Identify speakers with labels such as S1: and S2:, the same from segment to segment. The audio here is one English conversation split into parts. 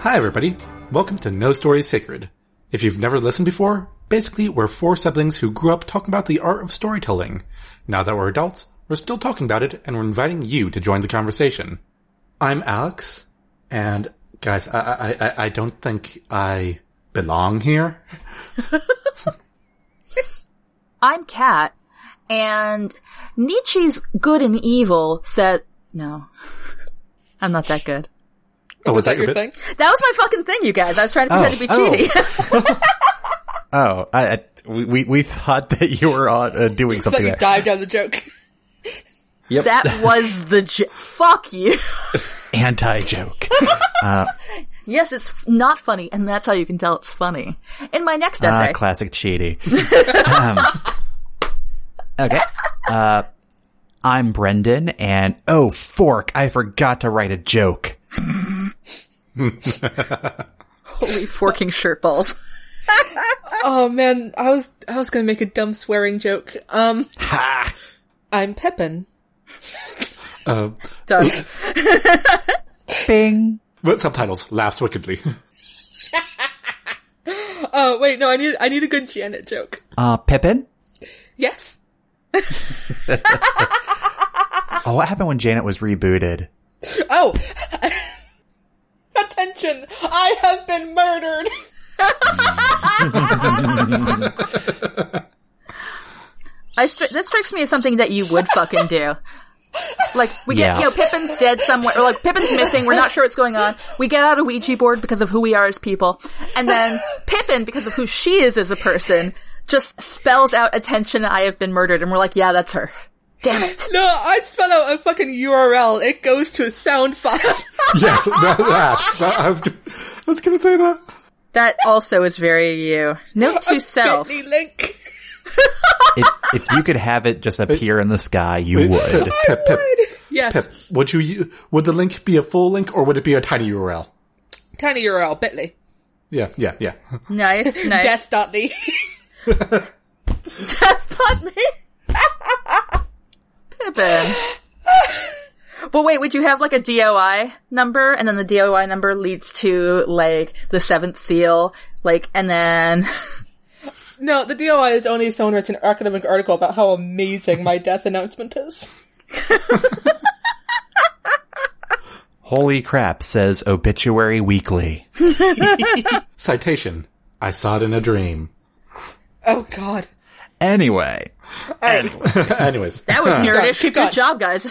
S1: Hi, everybody. Welcome to No Story Sacred. If you've never listened before, basically, we're four siblings who grew up talking about the art of storytelling. Now that we're adults, we're still talking about it, and we're inviting you to join the conversation. I'm Alex, and guys, I, I, I, I don't think I belong here.
S2: I'm Kat, and Nietzsche's good and evil said, no, I'm not that good.
S1: Oh, was,
S3: that your thing?
S2: That was my fucking thing, you guys. I was trying to pretend to be
S1: Oh.
S2: cheaty.
S4: Oh, I, I we- we we thought that you were on, uh, doing
S3: Thought
S4: something
S3: you
S4: there.
S3: dive down the joke.
S2: that was the j- fuck you.
S4: Anti joke.
S2: Yes, it's f- not funny, and that's how you can tell it's funny. In my next
S4: Ah,
S2: essay,
S4: classic cheaty. um, okay. Uh, I'm Brendan, and oh fork, I forgot to write a joke.
S2: holy forking shirt balls.
S3: Oh man, I was I was gonna make a dumb swearing joke. Um,
S4: Ha!
S3: I'm Pepin.
S1: Uh,
S2: Done.
S4: Bing.
S1: what subtitles? Laughs wickedly.
S3: Oh wait, no, I need I need a good Janet joke.
S4: Uh, Pippin.
S3: Yes,
S4: Oh, what happened when Janet was rebooted?
S3: Oh! Attention! I have been murdered!
S2: I stri- that strikes me as something that you would fucking do. Like we get,
S4: Yeah.
S2: you know, Pippin's dead somewhere, or like Pippin's missing. We're not sure what's going on. We get out a Ouija board because of who we are as people, and then Pippin, because of who she is as a person, just spells out attention. I have been murdered, and we're like, yeah, that's her. Damn it!
S3: No, I spell out a fucking URL. It goes to a sound file.
S1: yes, that, that, that- I was, gonna- I was gonna say that.
S2: That also is very you. Note to self.
S3: Bitly link.
S4: If, if you could have it just appear in the sky, you would.
S1: Pip, pip,
S3: Yes.
S1: pip. Would you, u- would the link be a full link or would it be a tiny URL?
S3: Tiny URL, bitly.
S1: Yeah, yeah, yeah.
S2: Nice, nice.
S3: Death.me.
S2: Death on me. Pippin. But wait, would you have like a DOI number and then the DOI number leads to like the seventh seal, like, and then
S3: No, the DOI is only if someone writes an academic article about how amazing my death announcement is.
S4: Holy crap, says Obituary Weekly.
S1: Citation. I saw it in a dream.
S3: Oh god.
S4: Anyway.
S1: Anyways,
S2: that was nerdish.
S3: keep
S2: Good
S3: going.
S2: job, guys.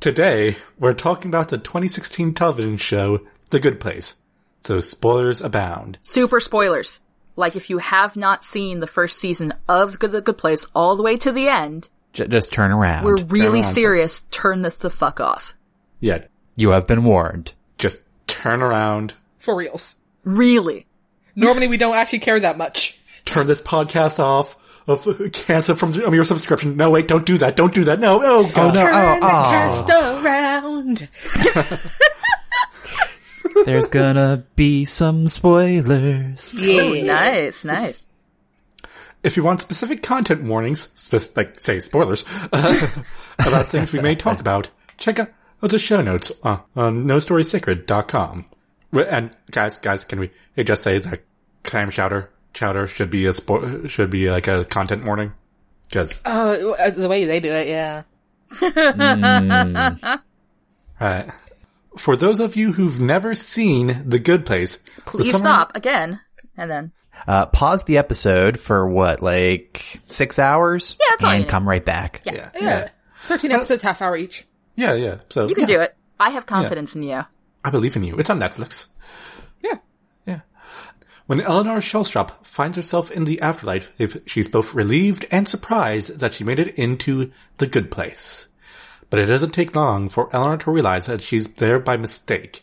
S1: today we're talking about the 2016 television show, The Good Place. So spoilers abound.
S2: Super spoilers. Like, if you have not seen the first season of Good, The Good Place all the way to the end,
S4: J- just turn around.
S2: we're really
S1: around,
S2: serious. Turn this the fuck off.
S1: Yeah,
S4: you have been warned.
S1: just turn around,
S3: For reals.
S2: Really.
S3: Normally we don't actually care that much.
S1: turn this podcast off, of cancel from um, your subscription. No, wait, don't do that. Don't do that. No, oh god.
S4: no.
S3: Turn
S4: Oh, oh.
S3: just around.
S4: There's gonna be some spoilers.
S2: Ooh, Oh, nice, nice.
S1: If you want specific content warnings, spec- like say spoilers uh, about things we may talk about, check out the show notes uh, on nostorysacred.com. Wh- And guys, guys, can we hey, just say that clam chowder chowder should be a spo- should be like a content warning? Because
S3: Oh, uh, the way they do it, yeah.
S1: right. For those of you who've never seen The Good Place, the
S2: Please
S1: summary-
S2: stop again. And then
S4: Uh, pause the episode for what, like six hours?
S2: Yeah, that's all
S4: And
S2: you need.
S4: come right back.
S1: Yeah, yeah,
S4: Uh,
S3: 13 episodes, half hour each.
S1: yeah, yeah. So
S2: you can do it. I have confidence in you.
S1: I believe in you. It's on Netflix.
S3: Yeah.
S1: Yeah. When Eleanor Shellstrop finds herself in the afterlife, if she's both relieved and surprised that she made it into the good place. But it doesn't take long for Eleanor to realize that she's there by mistake.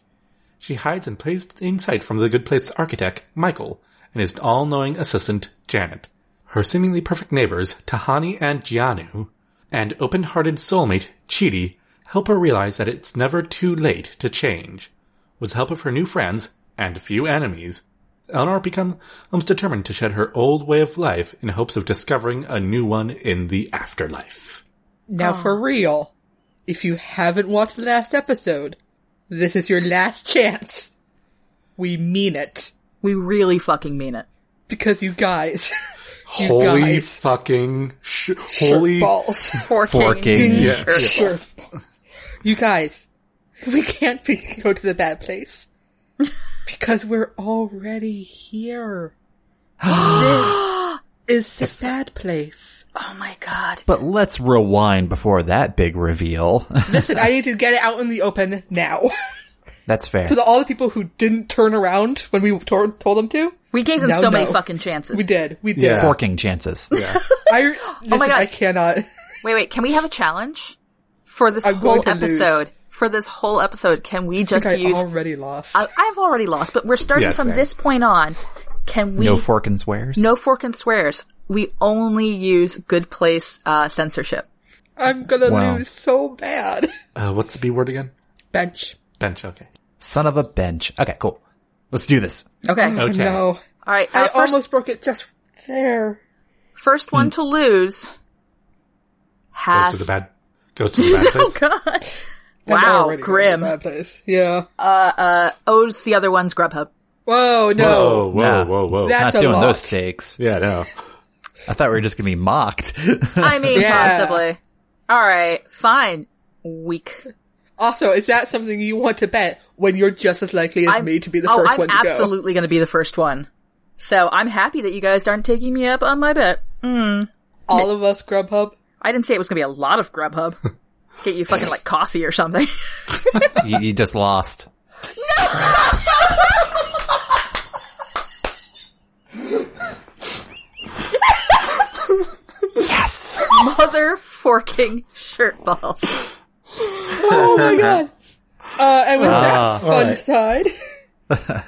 S1: She hides and plays in sight from the good place's architect, Michael, and his all-knowing assistant, Janet. Her seemingly perfect neighbors, Tahani and Gianu, and open-hearted soulmate, Chidi, help her realize that it's never too late to change. With the help of her new friends and few enemies, Eleanor becomes determined to shed her old way of life in hopes of discovering a new one in the afterlife.
S3: Now for real. If you haven't watched the last episode, this is your last chance. We mean it.
S2: We really fucking mean it.
S3: Because you guys. you
S1: holy
S3: guys.
S1: fucking sh- holy
S3: Shirt balls.
S2: Forking.
S4: Forking.
S1: Yeah.
S3: Sure. You guys, we can't be, go to the bad place. Because we're already here. this is the bad place.
S2: Oh my god.
S4: But let's rewind before that big reveal.
S3: Listen, I need to get it out in the open now.
S4: That's fair.
S3: so that all the people who didn't turn around when we tor- told them to,
S2: We gave them
S3: No,
S2: so many
S3: no.
S2: fucking chances.
S3: we did. We did.
S1: Yeah.
S4: Forking chances.
S3: I, listen,
S2: Oh God.
S3: I cannot.
S2: Wait, wait. Can we have a challenge for this
S3: I'm
S2: whole
S3: going to lose.
S2: episode? For this whole episode, can we
S3: I
S2: just
S3: think I
S2: use?
S3: already lost.
S2: I, I've already lost, but we're starting
S1: Yeah,
S2: from
S1: same.
S2: this point on. Can we
S4: No fork and swears.
S2: no fork and swears? We only use good place uh, censorship.
S3: I'm gonna
S4: Wow.
S3: lose so bad.
S1: Uh, what's the B word again?
S3: Bench.
S1: Bench. Okay.
S4: Son of a bench. Okay, cool. Let's do this.
S2: Okay.
S1: Okay.
S3: No.
S2: All right. Uh,
S3: Mm. I
S2: first,
S3: almost Mm. broke it just there.
S2: first one to lose
S1: Goes
S2: has.
S1: to
S2: Oh,
S1: the bad. Goes to the bad place.
S2: God.
S3: I'm
S2: Wow,
S3: already in
S2: grim.
S3: a bad place. Yeah.
S2: Owes the other one's Grubhub.
S3: Whoa, no.
S1: Whoa, whoa,
S4: Nah.
S1: whoa, whoa.
S3: That- That's
S4: Not
S3: a
S4: doing
S3: lot.
S4: those takes.
S1: yeah, no.
S4: I thought we were just gonna be mocked.
S2: I mean,
S3: Yeah.
S2: possibly. All right. Fine. Weak.
S3: Also, is that something you want to bet when you're just as likely as me to be the first
S2: I'm
S3: one to go?
S2: absolutely going to be the first one. So I'm happy that you guys aren't taking me up on my bet.
S3: All of us
S4: Uh-huh.
S3: Grubhub.
S2: I didn't say it was going to be a lot of Grubhub. Get you fucking like coffee or something.
S4: you, you just lost. yes.
S2: Mother forking shirt ball.
S3: Oh my god. Uh, and
S4: Uh-huh.
S3: with that fun
S1: right.
S3: side,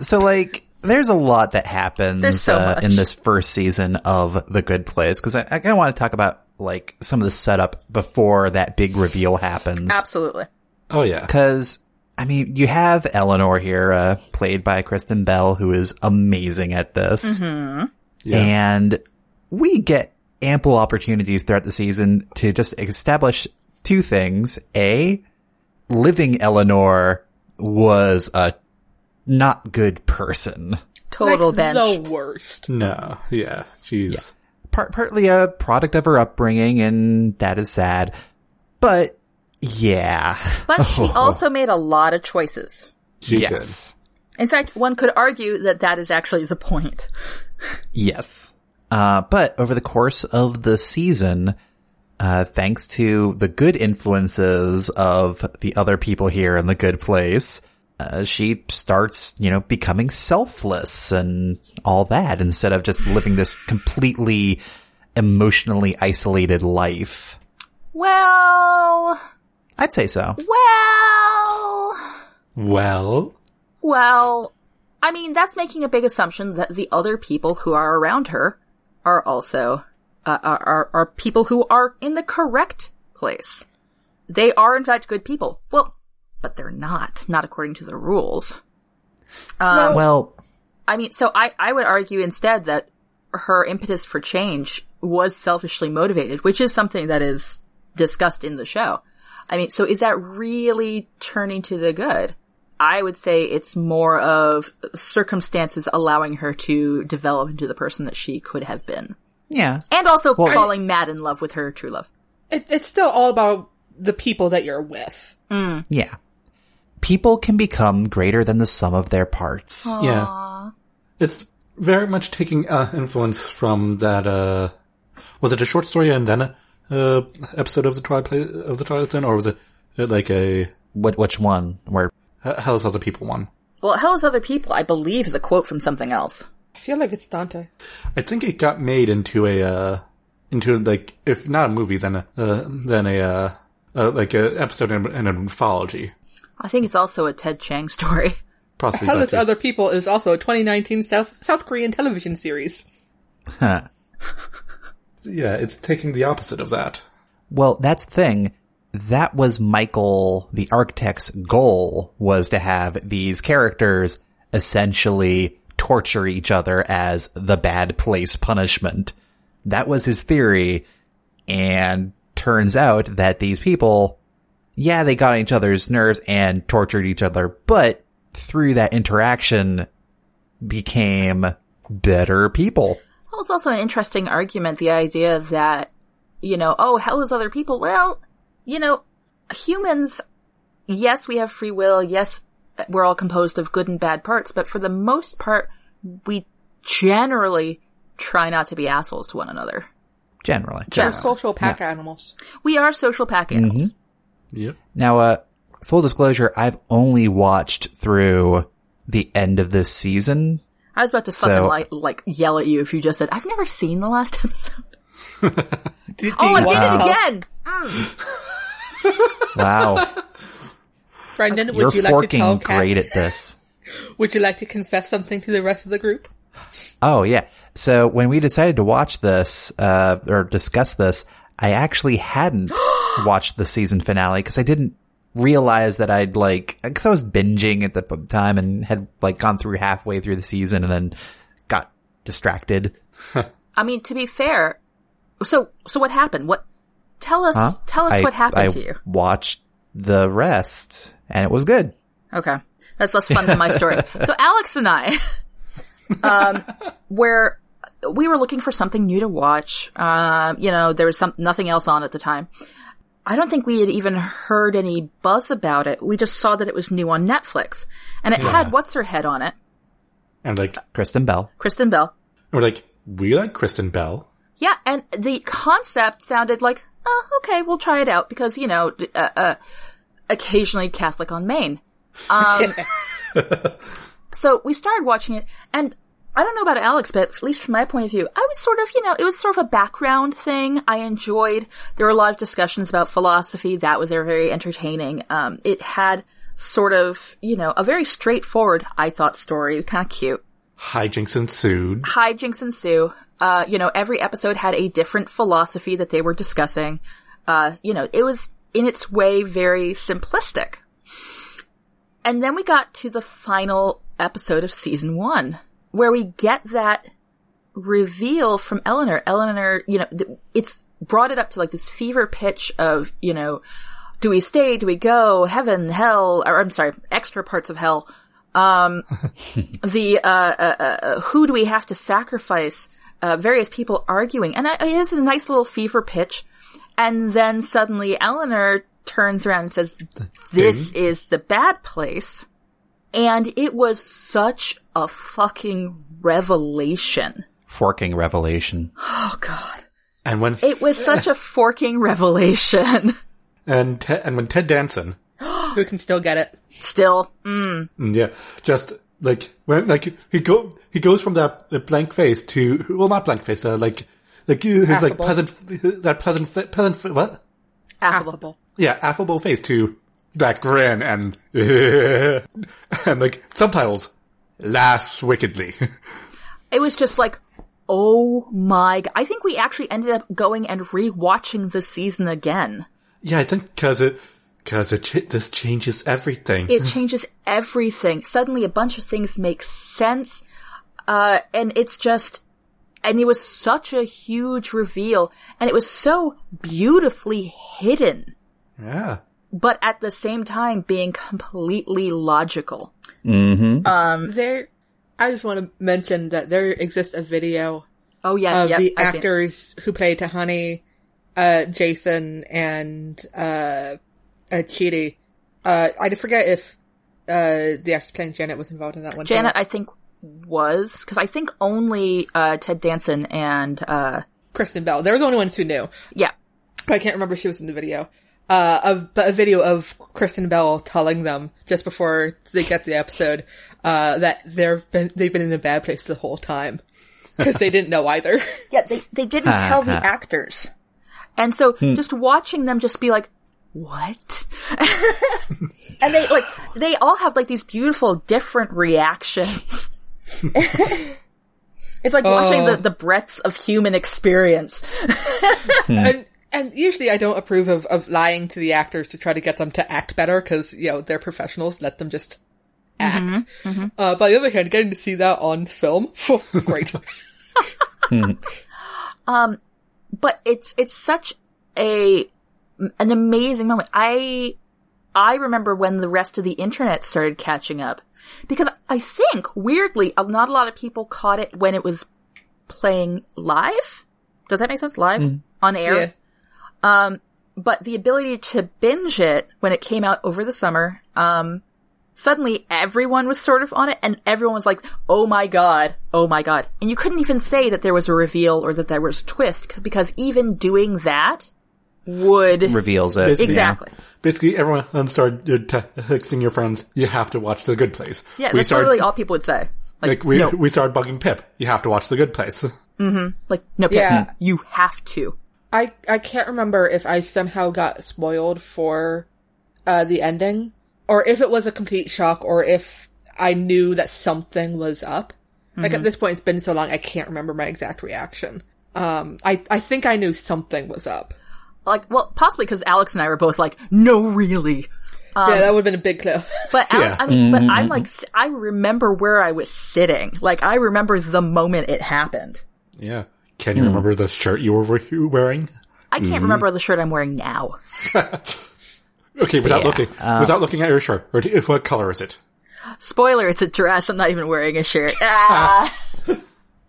S4: So like, there's a lot that happens
S2: There's so
S4: uh,
S2: much.
S4: in this first season of The Good Place because I, I kind of want to talk about like some of the setup before that big reveal happens.
S2: Absolutely.
S1: Oh yeah.
S4: Because I mean, you have Eleanor here, uh, played by Kristen Bell, who is amazing at this,
S2: Mm-hmm.
S1: Yeah.
S4: and we get ample opportunities throughout the season to just establish two things: a living Eleanor was a not good person.
S2: Total bench.
S3: the worst.
S1: no. Yeah. Jeez.
S4: part, partly a product of her upbringing, and that is sad. But yeah,
S2: But she also made a lot of choices.
S1: She did.
S4: yes,
S2: In fact, one could argue that that is actually the point.
S4: yes. Uh, but over the course of the season, uh, thanks to the good influences of the other people here in the good place, uh, she starts, you know, becoming selfless and all that instead of just living this completely emotionally isolated life.
S2: Well,
S4: I'd say so.
S2: well,
S1: Well.
S2: well, I mean, that's making a big assumption that the other people who are around her are also, uh, are, are, are people who are in the correct place. They are, in fact, good people. Well, but they're not, not according to the rules.
S4: well,
S2: I mean, so I, I would argue instead that her impetus for change was selfishly motivated, which is something that is discussed in the show. I mean, so is that really turning to the good? I would say it's more of circumstances allowing her to develop into the person that she could have been.
S4: yeah.
S2: And also
S4: Well-
S2: falling mad in love with her true love.
S3: It, it's still all about the people that you're with.
S4: Yeah. People can become greater than the sum of their parts.
S1: Yeah. It's very much taking uh, influence from that. Uh, was it a short story and then a uh, episode of the Twilight Pla- of the Twilight Zone, or was it uh, like a
S4: What which one? Where
S1: uh, Hell's Other People one?
S2: Well, hell is other people, I believe, is a quote from something else.
S3: I feel like it's Dante.
S1: I think it got made into a uh, into like if not a movie, then a uh, then a uh, uh, like an episode in, in an anthology.
S2: I think it's also a Ted Chang story.
S1: Possibly
S3: Hell
S1: that
S3: is
S1: too.
S3: Other People is also a 2019 South, South Korean television series.
S4: huh.
S1: yeah, it's taking the opposite of that.
S4: Well, that's the thing. That was Michael the architect's goal was to have these characters essentially torture each other as the bad place punishment. That was his theory and turns out that these people yeah, they got on each other's nerves and tortured each other, but through that interaction became better people.
S2: Well, it's also an interesting argument, the idea that, you know, oh, hell is other people. Well, you know, humans, yes, we have free will. Yes, we're all composed of good and bad parts, but for the most part, we generally try not to be assholes to one another.
S4: Generally.
S3: We're social pack animals.
S2: We are social pack
S4: Mm-hmm.
S2: animals.
S1: Yep.
S4: Now, uh, full disclosure, I've only watched through the end of this season.
S2: I was about to fucking
S4: So-
S2: like, like yell at you if you just said, I've never seen the last episode.
S3: Did, do
S2: Oh,
S3: you
S2: I
S3: want
S2: did
S3: to
S2: it
S3: tell-
S2: again! Mm.
S4: Wow.
S3: Brendan, would
S4: You're
S3: you like to
S4: forking
S3: tell Kat-
S4: great at this.
S3: Would you like to confess something to the rest of the group?
S4: Oh yeah. So when we decided to watch this, uh, or discuss this, I actually hadn't watched the season finale because I didn't realize that I'd like, cause I was binging at the p- time and had like gone through halfway through the season and then got distracted.
S2: I mean, to be fair, so, so what happened? What, tell us,
S4: Huh?
S2: tell us
S4: I-
S2: what happened
S4: I
S2: to you.
S4: Watched the rest and it was good.
S2: Okay. That's less fun than my story. So Alex and I, um, where we were looking for something new to watch. Um, you know, there was some, nothing else on at the time. I don't think we had even heard any buzz about it. We just saw that it was new on Netflix and it had what's her head on it.
S1: And like,
S4: Kristen Bell.
S2: Kristen Bell.
S1: we're like, we like Kristen Bell.
S2: Yeah. And the concept sounded like, oh, okay, we'll try it out because, you know, d- uh, uh, occasionally Catholic on Maine. Um, So we started watching it, and I don't know about Alex, but at least from my point of view, I was sort of, you know, it was sort of a background thing. I enjoyed. There were a lot of discussions about philosophy. That was very entertaining. Um, it had sort of, you know, a very straightforward, I thought, story. Kind of cute.
S1: Hijinks ensued.
S2: Hijinks ensue. Uh, you know, every episode had a different philosophy that they were discussing. Uh, you know, it was in its way very simplistic. And then we got to the final episode of season one, where we get that reveal from Eleanor. Eleanor, you know, th- it's brought it up to like this fever pitch of, you know, do we stay? Do we go? Heaven, hell, or I'm sorry, extra parts of hell. Um, the, uh, uh, uh, who do we have to sacrifice? Uh, various people arguing. And I, it is a nice little fever pitch. And then suddenly Eleanor turns around and says, this is the bad place. And it was such a fucking revelation.
S4: Forking revelation.
S2: Oh god.
S1: And when,
S2: It was such a forking revelation.
S1: and, Te- and when Ted Danson,
S3: Who can still get it?
S2: Still, mm,
S1: Mm, Yeah, just like when like he go he goes from that uh, blank face to well not blank face uh, like like his like
S3: Affable.
S1: pleasant that pleasant fa- pleasant fa- what
S2: affable.
S3: Affable.
S1: yeah affable face to that grin and and like subtitles laughs wickedly
S2: It was just like, oh my god. I think we actually ended up going and rewatching the season again.
S1: yeah I think because it because it ch- this changes everything
S2: It changes everything. Suddenly a bunch of things make sense. Uh, and it's just, and it was such a huge reveal and it was so beautifully hidden,
S1: yeah
S2: but at the same time being completely logical.
S3: Um, There, I just want to mention that there exists a video
S2: Oh yeah,
S3: of
S2: yeah.
S3: the
S2: I see it.
S3: actors who played Tahani, uh, Jason, and uh, uh, Chidi. Uh, I forget if uh, the actress playing Janet was involved in that one.
S2: Janet,
S3: too.
S2: I think was because I think only uh, Ted Danson and uh,
S3: Kristen Bell. They were the only ones who knew.
S2: yeah,
S3: But I can't remember if she was in the video. Uh, of, but a video of Kristen Bell telling them just before they get the episode, uh, that they've been, they've been in a bad place the whole time. Cause they didn't know either.
S2: yeah. They they didn't tell the actors, and so just watching them just be like, what? and they like they all have like these beautiful different reactions. it's like watching the the breadth of human experience.
S3: and, and usually I don't approve of, of lying to the actors to try to get them to act better cause, you know, they're professionals. Let them just act. Uh, but on the other hand, getting to see that on film, great.
S2: but it's it's such a an amazing moment. I I remember when the rest of the internet started catching up. Because I think, weirdly, uh, not a lot of people caught it when it was playing live. Does that make sense? Live? On air?
S3: Yeah.
S2: but the ability to binge it when it came out over the summer, um, suddenly everyone was sort of on it and everyone was like, oh my god, oh my god. And you couldn't even say that there was a reveal or that there was a twist c- because even doing that would.
S4: Reveals it.
S1: Basically-
S2: exactly.
S1: Basically, everyone started te- texting your friends, you have to watch The Good Place.
S2: Yeah, that's
S1: started,
S2: literally all people would say. Like,
S1: like, we,
S2: no,
S1: we started bugging Pip, you have to watch The Good Place.
S2: like, no, Pip,
S3: Yeah.
S2: you have to.
S3: I I can't remember if I somehow got spoiled for uh, the ending, or if it was a complete shock, or if I knew that something was up. Like at this point, it's been so long, I can't remember my exact reaction. Um, I I think I knew something was up.
S2: Like, well, possibly because Alex and I were both like, no, really.
S3: yeah, that would have been a big clue.
S2: But I-
S1: Yeah. Mm-hmm.
S2: I mean, but I'm like, s- I remember where I was sitting. Like, I remember the moment it happened.
S1: Yeah. Can you remember the shirt you were we- wearing?
S2: I can't
S4: Mm-hmm.
S2: remember the shirt I'm wearing now.
S1: Okay, without looking, without looking at your shirt, or do- what color is it?
S2: Spoiler, it's a dress. I'm not even wearing a shirt.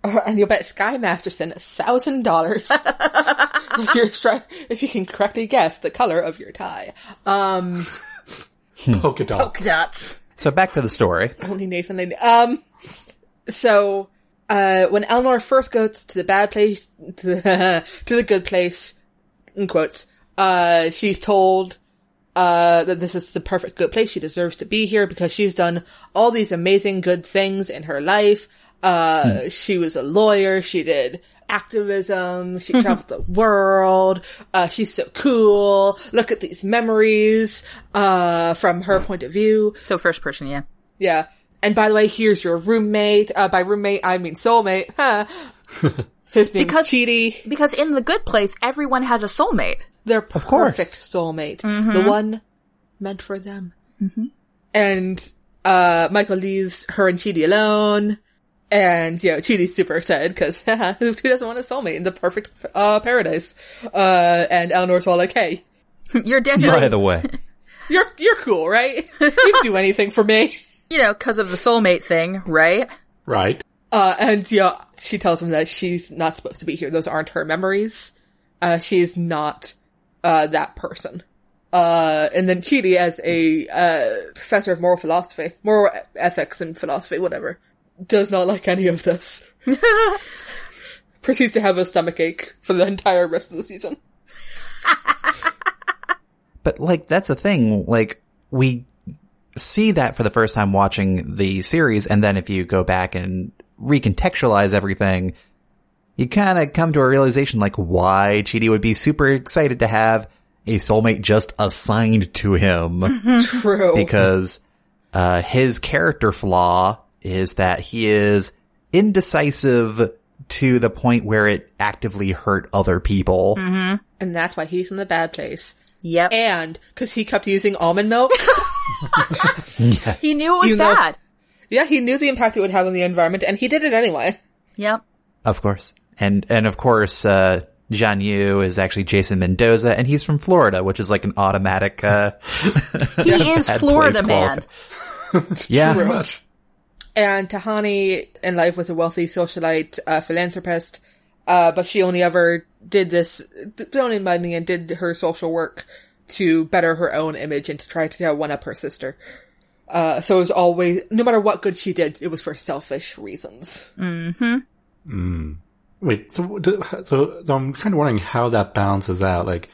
S2: Ah.
S3: and you'll bet Sky Masterson a thousand dollars if you're stri- if you can correctly guess the color of your tie. Um,
S1: Polka dot.
S2: Nuts.
S4: So back to the story.
S3: only Nathan Lane. Um, so, uh, when Eleanor first goes to the bad place, to the, to the good place, in quotes, uh, she's told, uh, that this is the perfect good place. She deserves to be here because she's done all these amazing good things in her life. Uh, she was a lawyer. She did activism. She traveled the world. Uh, she's so cool. Look at these memories, uh, from her point of view.
S2: So first person, yeah.
S3: Yeah. And by the way, here's your roommate. Uh, by roommate, I mean soulmate. Huh. His name's
S2: Because-
S3: Chidi.
S2: Because in the good place, everyone has a soulmate.
S3: Their
S4: course.
S3: perfect soulmate. The one meant for them. Mm-hmm. And, uh, Michael leaves her and Chidi alone. And, you know, Chidi's super excited because who who doesn't want a soulmate in the perfect, uh, paradise? Uh, and Eleanor's all like, hey,
S2: You're definitely,
S4: By the way,
S3: you're, you're cool, right? You'd do anything for me.
S2: you know, because of the soulmate thing, right?
S1: Right.
S3: Uh, and yeah, she tells him that she's not supposed to be here. Those aren't her memories. Uh, she is not, uh, that person. Uh, and then Chidi, as a, uh, professor of moral philosophy, moral ethics and philosophy, whatever, does not like any of this. Proceeds to have a stomachache for the entire rest of the season.
S4: but like that's the thing. Like we see that for the first time watching the series, and then if you go back and recontextualize everything, you kind of come to a realization like why Chidi would be super excited to have a soulmate just assigned to him.
S2: Oh.
S3: True.
S4: because uh, his character flaw is that he is indecisive to the point where it actively hurt other people.
S2: Mm-hmm.
S3: and that's why he's in the bad place.
S2: Yep.
S3: And, cause he kept using almond milk.
S2: he knew it was
S3: You know-
S2: bad.
S3: yeah, he knew the impact it would have on the environment and he did it anyway.
S2: Yep.
S4: Of course, and and of course, uh, John Yu is actually Jason Mendoza, and he's from Florida, which is like an automatic. Uh,
S2: He is
S4: bad
S2: Florida
S4: place
S2: man.
S4: yeah,
S3: True.
S1: Much.
S3: And Tahani in life was a wealthy socialite, uh, philanthropist, uh, but she only ever did this, d- donated money and did her social work to better her own image and to try to one up her sister. Uh, so it was always, no matter what good she did, it was for selfish reasons.
S1: Wait, so, do- so, so I'm kind of wondering how that balances out. Like,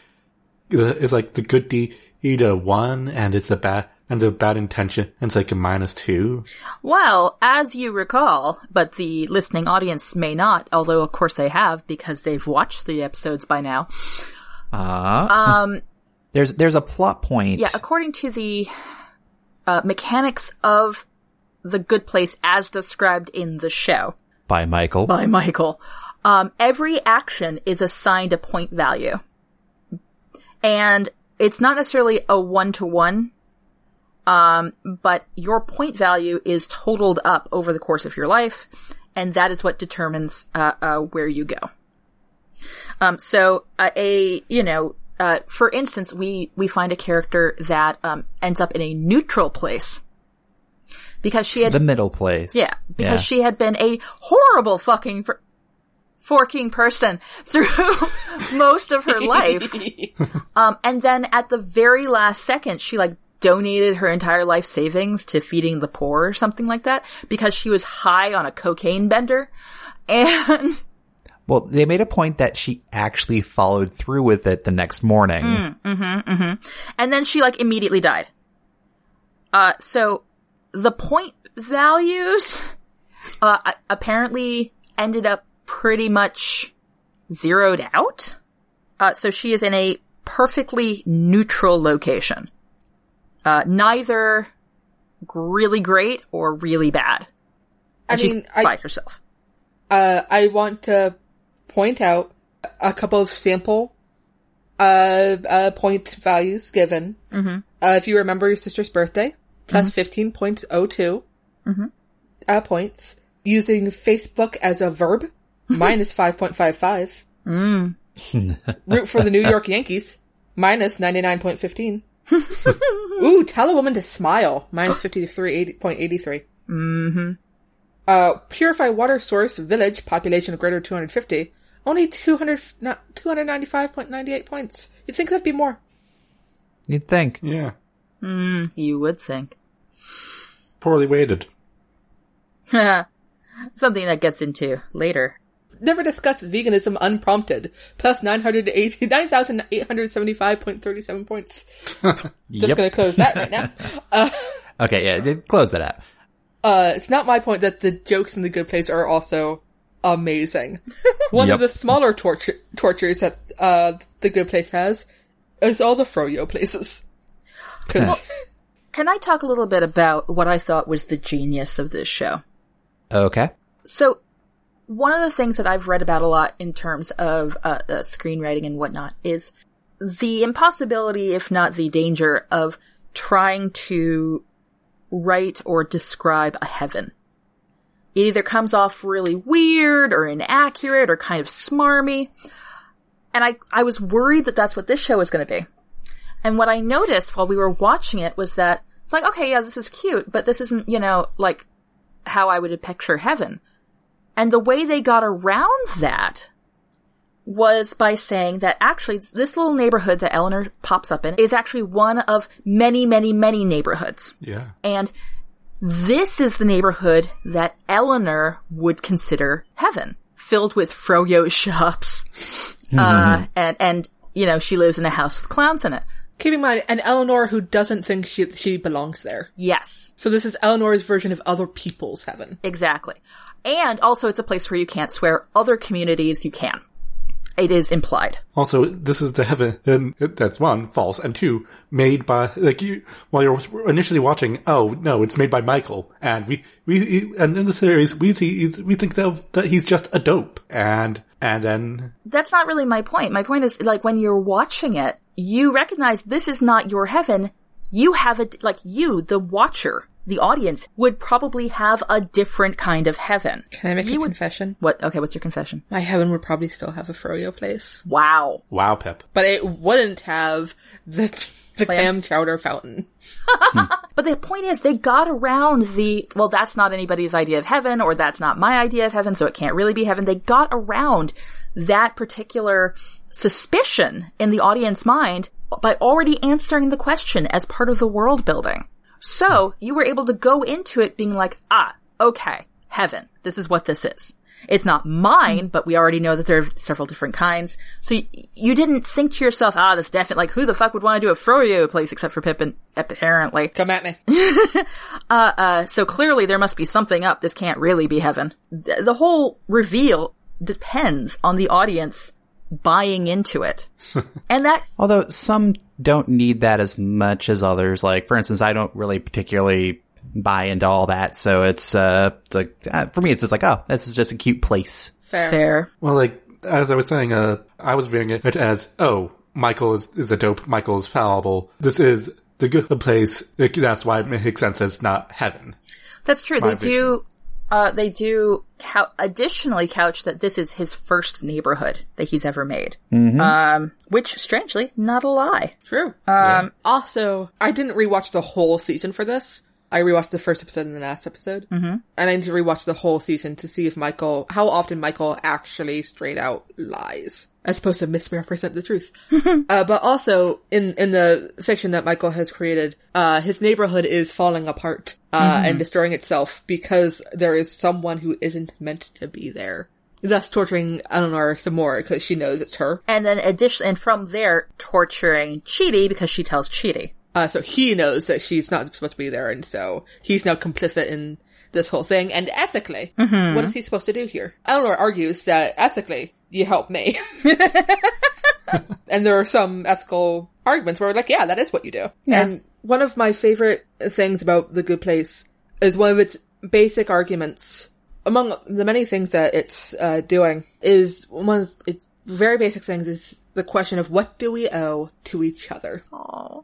S1: it's like the good deed a one and it's a bad, and the bad intention, and it's like a minus two.
S2: Well, as you recall, but the listening audience may not, although of course they have because they've watched the episodes by now.
S4: Uh-huh. there's there's a plot point.
S2: Um, Yeah, according to the uh, mechanics of the good place as described in the show
S4: by Michael.
S2: by Michael, um, every action is assigned a point value. And it's not necessarily a one to one, but your point value is totaled up over the course of your life, and that is what determines uh, uh, where you go. Um, so uh, a you know uh, for instance, we we find a character that um, ends up in a neutral place because she had
S4: The middle place.
S2: yeah because she had been a horrible fucking per- forking person through most of her life, um, and then at the very last second, she like donated her entire life savings to feeding the poor or something like that because she was high on a cocaine bender and.
S4: Well, they made a point that she actually followed through with it the next morning.
S2: Mm. and then she like immediately died. Uh, so the point values, uh, a- apparently ended up pretty much zeroed out. Uh, so she is in a perfectly neutral location. Uh, neither really great or really bad.
S3: I
S2: And she's
S3: mean, I
S2: by herself.
S3: uh, I want to point out a couple of sample uh, uh point values given. Mm-hmm. Uh, if you remember your sister's birthday, plus fifteen points oh two uh, points using Facebook as a verb, minus five point five five. Root for the New York Yankees, minus ninety nine point fifteen. Ooh, tell a woman to smile, minus fifty three point eighty three. Uh, purify water source village population of greater 250 only 200 not 295.98 points you'd think that'd be more
S4: You'd think.
S1: Yeah.
S2: You would think.
S1: Poorly weighted.
S2: Something that gets into later.
S3: never discuss veganism unprompted plus 980 9875.37 points just
S4: Yep.
S3: gonna close that right now
S4: Okay, yeah, they- close that out.
S3: uh it's not my point that the jokes in the good place are also amazing one
S4: Yep.
S3: of the smaller torture tortures that uh the good place has is all the froyo places 'Cause-
S2: Can I talk a little bit about what I thought was the genius of this show?
S4: Okay.
S2: So, one of the things that I've read about a lot in terms of uh, uh, screenwriting and whatnot is the impossibility, if not the danger, of trying to write or describe a heaven. It either comes off really weird or inaccurate or kind of smarmy. And I, I was worried that that's what this show was going to be. And what I noticed while we were watching it was that it's like, okay, yeah, this is cute, but this isn't, you know, like how I would picture heaven. And the way they got around that was by saying that actually this little neighborhood that Eleanor pops up in is actually one of many, many, many neighborhoods.
S1: Yeah.
S2: And this is the neighborhood that Eleanor would consider heaven, filled with froyo shops. Uh, and, and, you know, she lives in a house with clowns in it.
S3: keep in mind an eleanor who doesn't think she she belongs there
S2: Yes,
S3: So this is Eleanor's version of other people's heaven.
S2: exactly. And also it's a place where you can't swear. Other communities you can. It is implied.
S1: Also, this is the heaven. And that's one false, and two made by like you. While you're initially watching, oh no, it's made by Michael, and we we and in the series we see we think that that he's just a dope, and and then
S2: that's not really my point. My point is like when you're watching it, you recognize this is not your heaven. You have a, like you, the watcher, the audience would probably have a different kind of heaven.
S3: Can I make
S2: You
S3: a
S2: would-
S3: confession?
S2: What? Okay. What's your confession?
S3: My heaven would probably still have a froyo place,
S2: Wow.
S1: wow, Pip,
S3: but it wouldn't have the the
S2: Clam.
S3: clam chowder fountain.
S2: But the point is they got around the, well, that's not anybody's idea of heaven or that's not my idea of heaven. So it can't really be heaven. They got around that particular suspicion in the audience mind by already answering the question as part of the world building. So you were able to go into it being like, ah, okay, heaven. This is what this is. It's not mine, but we already know that there are several different kinds. So you, you didn't think to yourself, ah, this definitely, like, who the fuck would want to do a Froyo place except for Pippin, apparently.
S3: Come at me.
S2: So clearly there must be something up. This can't really be heaven. Th- The whole reveal depends on the audience buying into it. and that,
S4: Although some don't need that as much as others. Like, for instance, I don't really particularly buy into all that. So it's, uh, it's like, uh, for me, it's just like, oh, this is just a cute place.
S3: Fair.
S2: fair.
S1: Well, like as I was saying, uh, I was viewing it as oh, Michael is, is a dope. Michael is fallible. This is the good place. Like, that's why it makes sense. It's not heaven.
S2: That's true. they do uh, they do cou- additionally couch that this is his first neighborhood that he's ever made. Um, which strangely, not a lie.
S3: True. Um, also, I didn't rewatch the whole season for this. I rewatched the first episode and the last episode. Mm-hmm. And I need to rewatch the whole season to see if Michael, how often Michael actually straight out lies, as opposed to misrepresent the truth. uh, but also, in, in the fiction that Michael has created, uh, his neighborhood is falling apart, uh, and destroying itself because there is someone who isn't meant to be there. Thus torturing Eleanor some more because she knows it's her.
S2: And then addition, and from there, torturing Chidi because she tells Chidi.
S3: Uh, so he knows that she's not supposed to be there, and so he's now complicit in this whole thing. And ethically, what is he supposed to do here? Eleanor argues that ethically, you help me. and there are some ethical arguments where, like, yeah, that is what you do. And one of my favorite things about The Good Place is one of its basic arguments, among the many things that it's uh, doing, is one of its very basic things is the question of what do we owe to each other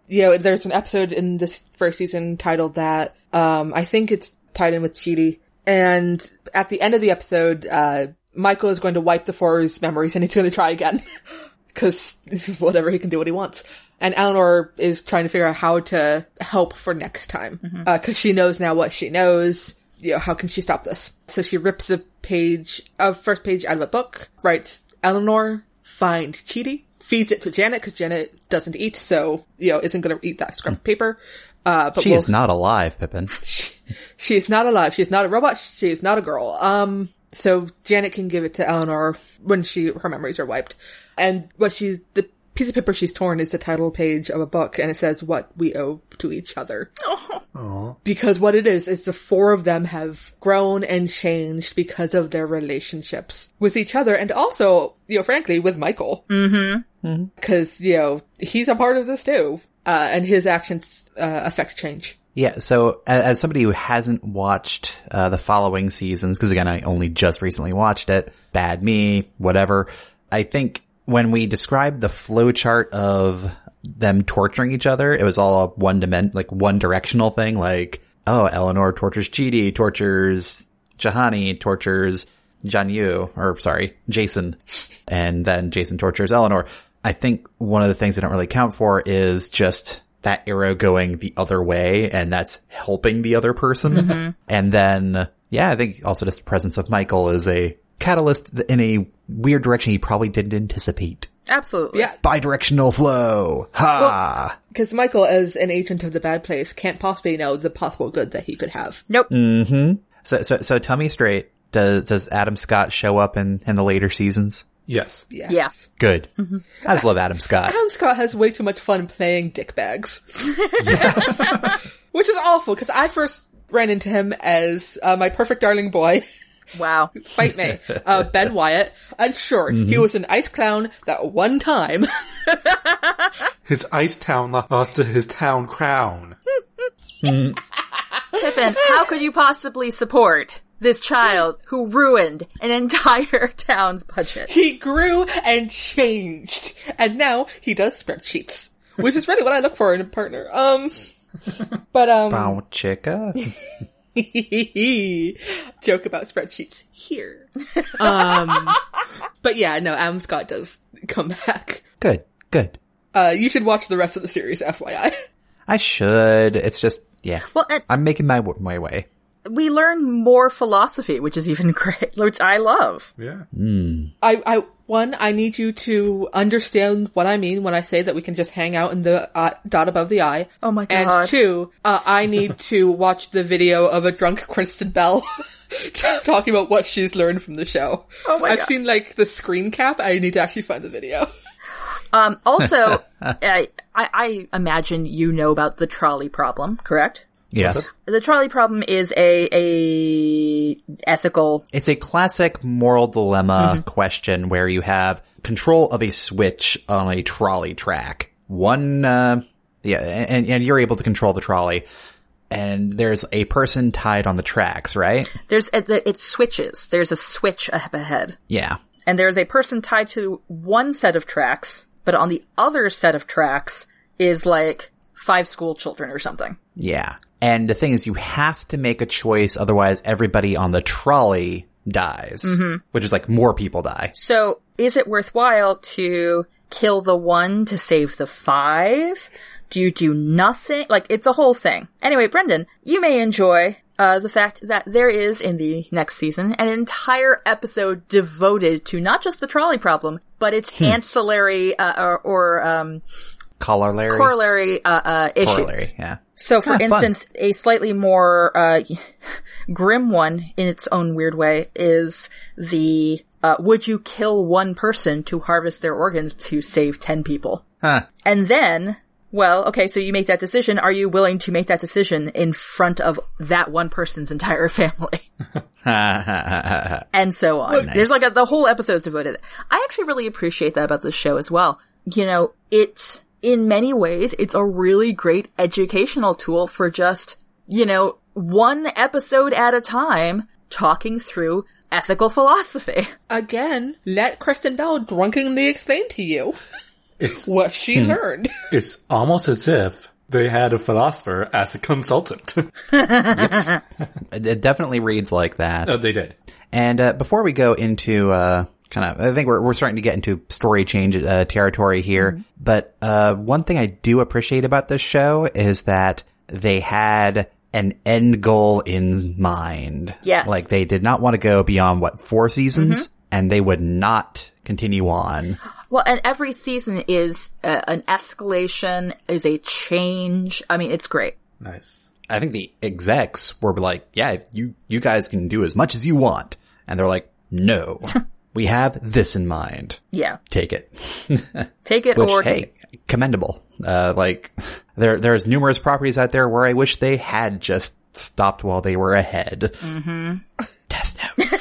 S3: you know, there's an episode in this first season titled that. Um, I think it's tied in with Chidi. And at the end of the episode, uh, Michael is going to wipe the Four's memories and he's going to try again. Cause whatever, he can do what he wants. And Eleanor is trying to figure out how to help for next time.
S4: Mm-hmm.
S3: Uh, cause she knows now what she knows. You know, how can she stop this? So she rips a page, a first page out of a book, writes Eleanor, find Chidi, feeds it to Janet because Janet doesn't eat, so you know isn't going to eat that scrap of paper. Uh, but
S4: Mm. She
S3: we'll-
S4: is not alive, Pippin.
S3: she is not alive. She is not a robot. She is not a girl. Um, so Janet can give it to Eleanor when she her memories are wiped, and what she the piece of paper she's torn is the title page of a book, and it says what we owe to each other. Because what it is, is the four of them have grown and changed because of their relationships with each other and also, you know, frankly, with Michael. Mm-hmm. Because, you know, he's a part of this too. Uh, and his actions, uh, affect change.
S4: Yeah, so as, as somebody who hasn't watched uh, the following seasons, because again, I only just recently watched it, bad me, whatever. I think when we described the flowchart of them torturing each other, it was all a one dimen- like one directional thing. Like, oh, Eleanor tortures Chidi, tortures Jahani, tortures John Yu, or sorry, Jason, and then Jason tortures Eleanor. I think one of the things I don't really count for is just that arrow going the other way, and that's helping the other person. And then, yeah, I think also just the presence of Michael is a catalyst in a weird direction he probably didn't anticipate.
S2: Absolutely.
S3: Yeah.
S4: Bidirectional flow. Ha!
S3: Because Michael, as an agent of the bad place, can't possibly know the possible good that he could have.
S2: Nope.
S4: so, so, so tell me straight. Does, does Adam Scott show up in, in the later seasons?
S1: Yes.
S3: Yes.
S2: Yeah.
S4: Good. I just love Adam Scott.
S3: Tom Scott has way too much fun playing dickbags. Which is awful, because I first ran into him as uh, my perfect darling boy,
S2: Wow.
S3: fight me, uh, Ben Wyatt. And sure, he was an ice clown that one time.
S1: His ice town lo- lost to his town crown.
S2: Pippin, how could you possibly support this child who ruined an entire town's budget?
S3: he grew and changed. And now he does spreadsheets. Which is really what I look for in a partner. Um, but, um.
S4: Bow chicka.
S3: joke about spreadsheets here. Um, but yeah, no, Adam Scott does come back.
S4: Good. Good.
S3: Uh, you should watch the rest of the series, FYI.
S4: I should. It's just, yeah.
S2: Well, and
S4: I'm making my, w- my way.
S2: we learn more philosophy, which is even great, which I love.
S1: Yeah.
S3: I, I, one, I need you to understand what I mean when I say that we can just hang out in the uh, dot above the eye.
S2: Oh my God.
S3: And two, uh, I need to watch the video of a drunk Kristen Bell talking about what she's learned from the show.
S2: Oh my
S3: I've
S2: God.
S3: seen like the screen cap. I need to actually find the video.
S2: Um, also, I, I, I imagine you know about the trolley problem, correct?
S4: Yes.
S2: The trolley problem is a, a ethical.
S4: It's a classic moral dilemma question where you have control of a switch on a trolley track. One, uh, yeah, and, and you're able to control the trolley. And there's a person tied on the tracks, right?
S2: There's, it, it switches. There's a switch up ahead.
S4: Yeah.
S2: and there's a person tied to one set of tracks, but on the other set of tracks is like five school children or something.
S4: Yeah. And the thing is, you have to make a choice, otherwise everybody on the trolley dies, which is like more people die.
S2: So, is it worthwhile to kill the one to save the five? Do you do nothing? Like, it's a whole thing. Anyway, Brendan, you may enjoy uh, the fact that there is, in the next season, an entire episode devoted to not just the trolley problem, but its ancillary uh, or, or um,
S4: Corollary.
S2: corollary uh, uh, issues.
S4: Corollary, yeah.
S2: So, for
S4: Ah, fun.
S2: instance, a slightly more uh, grim one in its own weird way is the uh, would you kill one person to harvest their organs to save 10 people?
S4: Huh.
S2: And then, well, okay, so you make that decision. Are you willing to make that decision in front of that one person's entire family? and so on. There's like a, the whole episode's devoted. I actually really appreciate that about this show as well. You know, it, in many ways, it's a really great educational tool for just, you know, one episode at a time talking through ethical philosophy.
S3: Again, let Kristen Bell drunkenly explain to you
S1: It's
S3: what she
S4: Hmm.
S3: learned.
S1: it's almost as if they had a philosopher as a consultant.
S4: It it definitely reads like that.
S1: no, Oh, they did.
S4: And uh, before we go into uh, kind of, I think we're we're starting to get into story change uh, territory here. But uh, one thing I do appreciate about this show is that they had an end goal in mind.
S2: Yes.
S4: like they did not want to go beyond what four seasons, and they would not continue on.
S2: Well, and every season is uh, an escalation, is a change. I mean, it's great.
S1: Nice.
S4: I think the execs were like, yeah, you, you guys can do as much as you want. And they're like, no, we have this in mind.
S2: Yeah.
S4: Take it.
S2: Take it
S4: Which,
S2: or
S4: hey, commendable. Uh, like there, there's numerous properties out there where I wish they had just stopped while they were ahead. Mm-hmm. Death Note.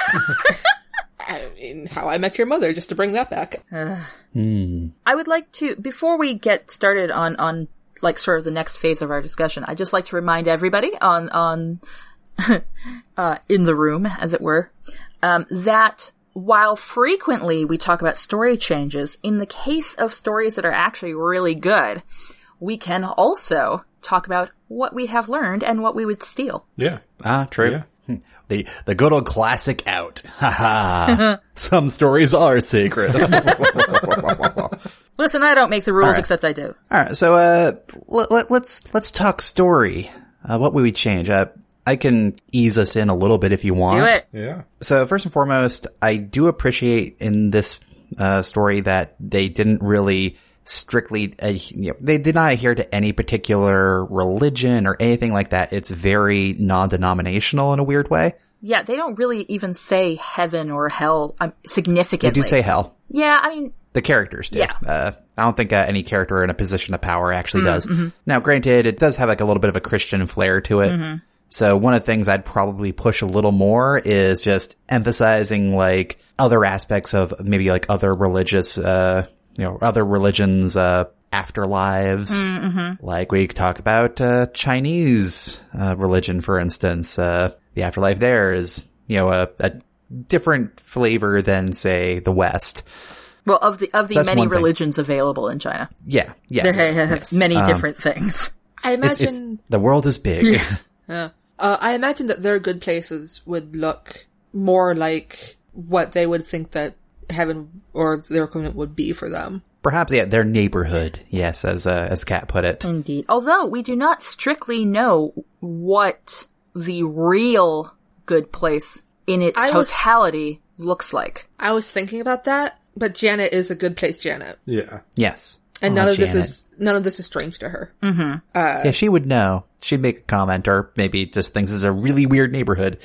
S3: I mean, how I met your mother, just to bring that back.
S2: I would like to before we get started on on like sort of the next phase of our discussion. I'd just like to remind everybody on on uh, in the room, as it were, um, that while frequently we talk about story changes, in the case of stories that are actually really good, we can also talk about what we have learned and what we would steal.
S1: Yeah.
S4: Ah, true. The, the good old classic out. Ha ha. Some stories are sacred.
S2: Listen, I don't make the rules, except I do.
S4: All right, so uh, let, let, let's let's talk story. Uh, what would we change? Uh, I can ease us in a little bit if you want.
S2: Do it.
S1: Yeah.
S4: So first and foremost, I do appreciate in this uh, story that they didn't really strictly uh, you know, they did not adhere to any particular religion or anything like that. It's very non-denominational in a weird way.
S2: Yeah, they don't really even say heaven or hell um, significantly.
S4: They do say hell.
S2: yeah, I mean,
S4: The characters do.
S2: Yeah.
S4: Uh, I don't think uh, any character in a position of power actually does. Now, granted, it does have like a little bit of a Christian flair to it. So one of the things I'd probably push a little more is just emphasizing like other aspects of maybe like other religious, uh, you know, other religions, uh, afterlives. Like we could talk about, uh, Chinese, uh, religion, for instance. Uh, the afterlife there is, you know, a, a different flavor than say the West.
S2: Well, of the of the
S4: That's
S2: many
S4: one thing.
S2: religions available in China,
S4: Yeah.
S2: there
S4: Yes.
S2: have
S4: yes.
S2: many
S4: Um,
S2: different things.
S3: I
S4: it's-
S3: imagine
S4: it's- the world is big.
S3: Uh, I imagine that their good places would look more like what they would think that heaven or their equivalent would be for them.
S4: Perhaps yeah, their neighborhood. Yes, as uh, as Kat put it.
S2: Indeed, although we do not strictly know what the real good place in its
S3: I was-
S2: totality looks like.
S3: I was thinking about that, but Janet is a good place, Janet,
S1: Yeah.
S4: Yes.
S3: and
S4: Oh,
S3: none of this
S4: Janet. Mm.
S3: is none of this is strange to her.
S4: yeah, she would know. She'd make a comment, or maybe just thinks it's a really weird neighborhood.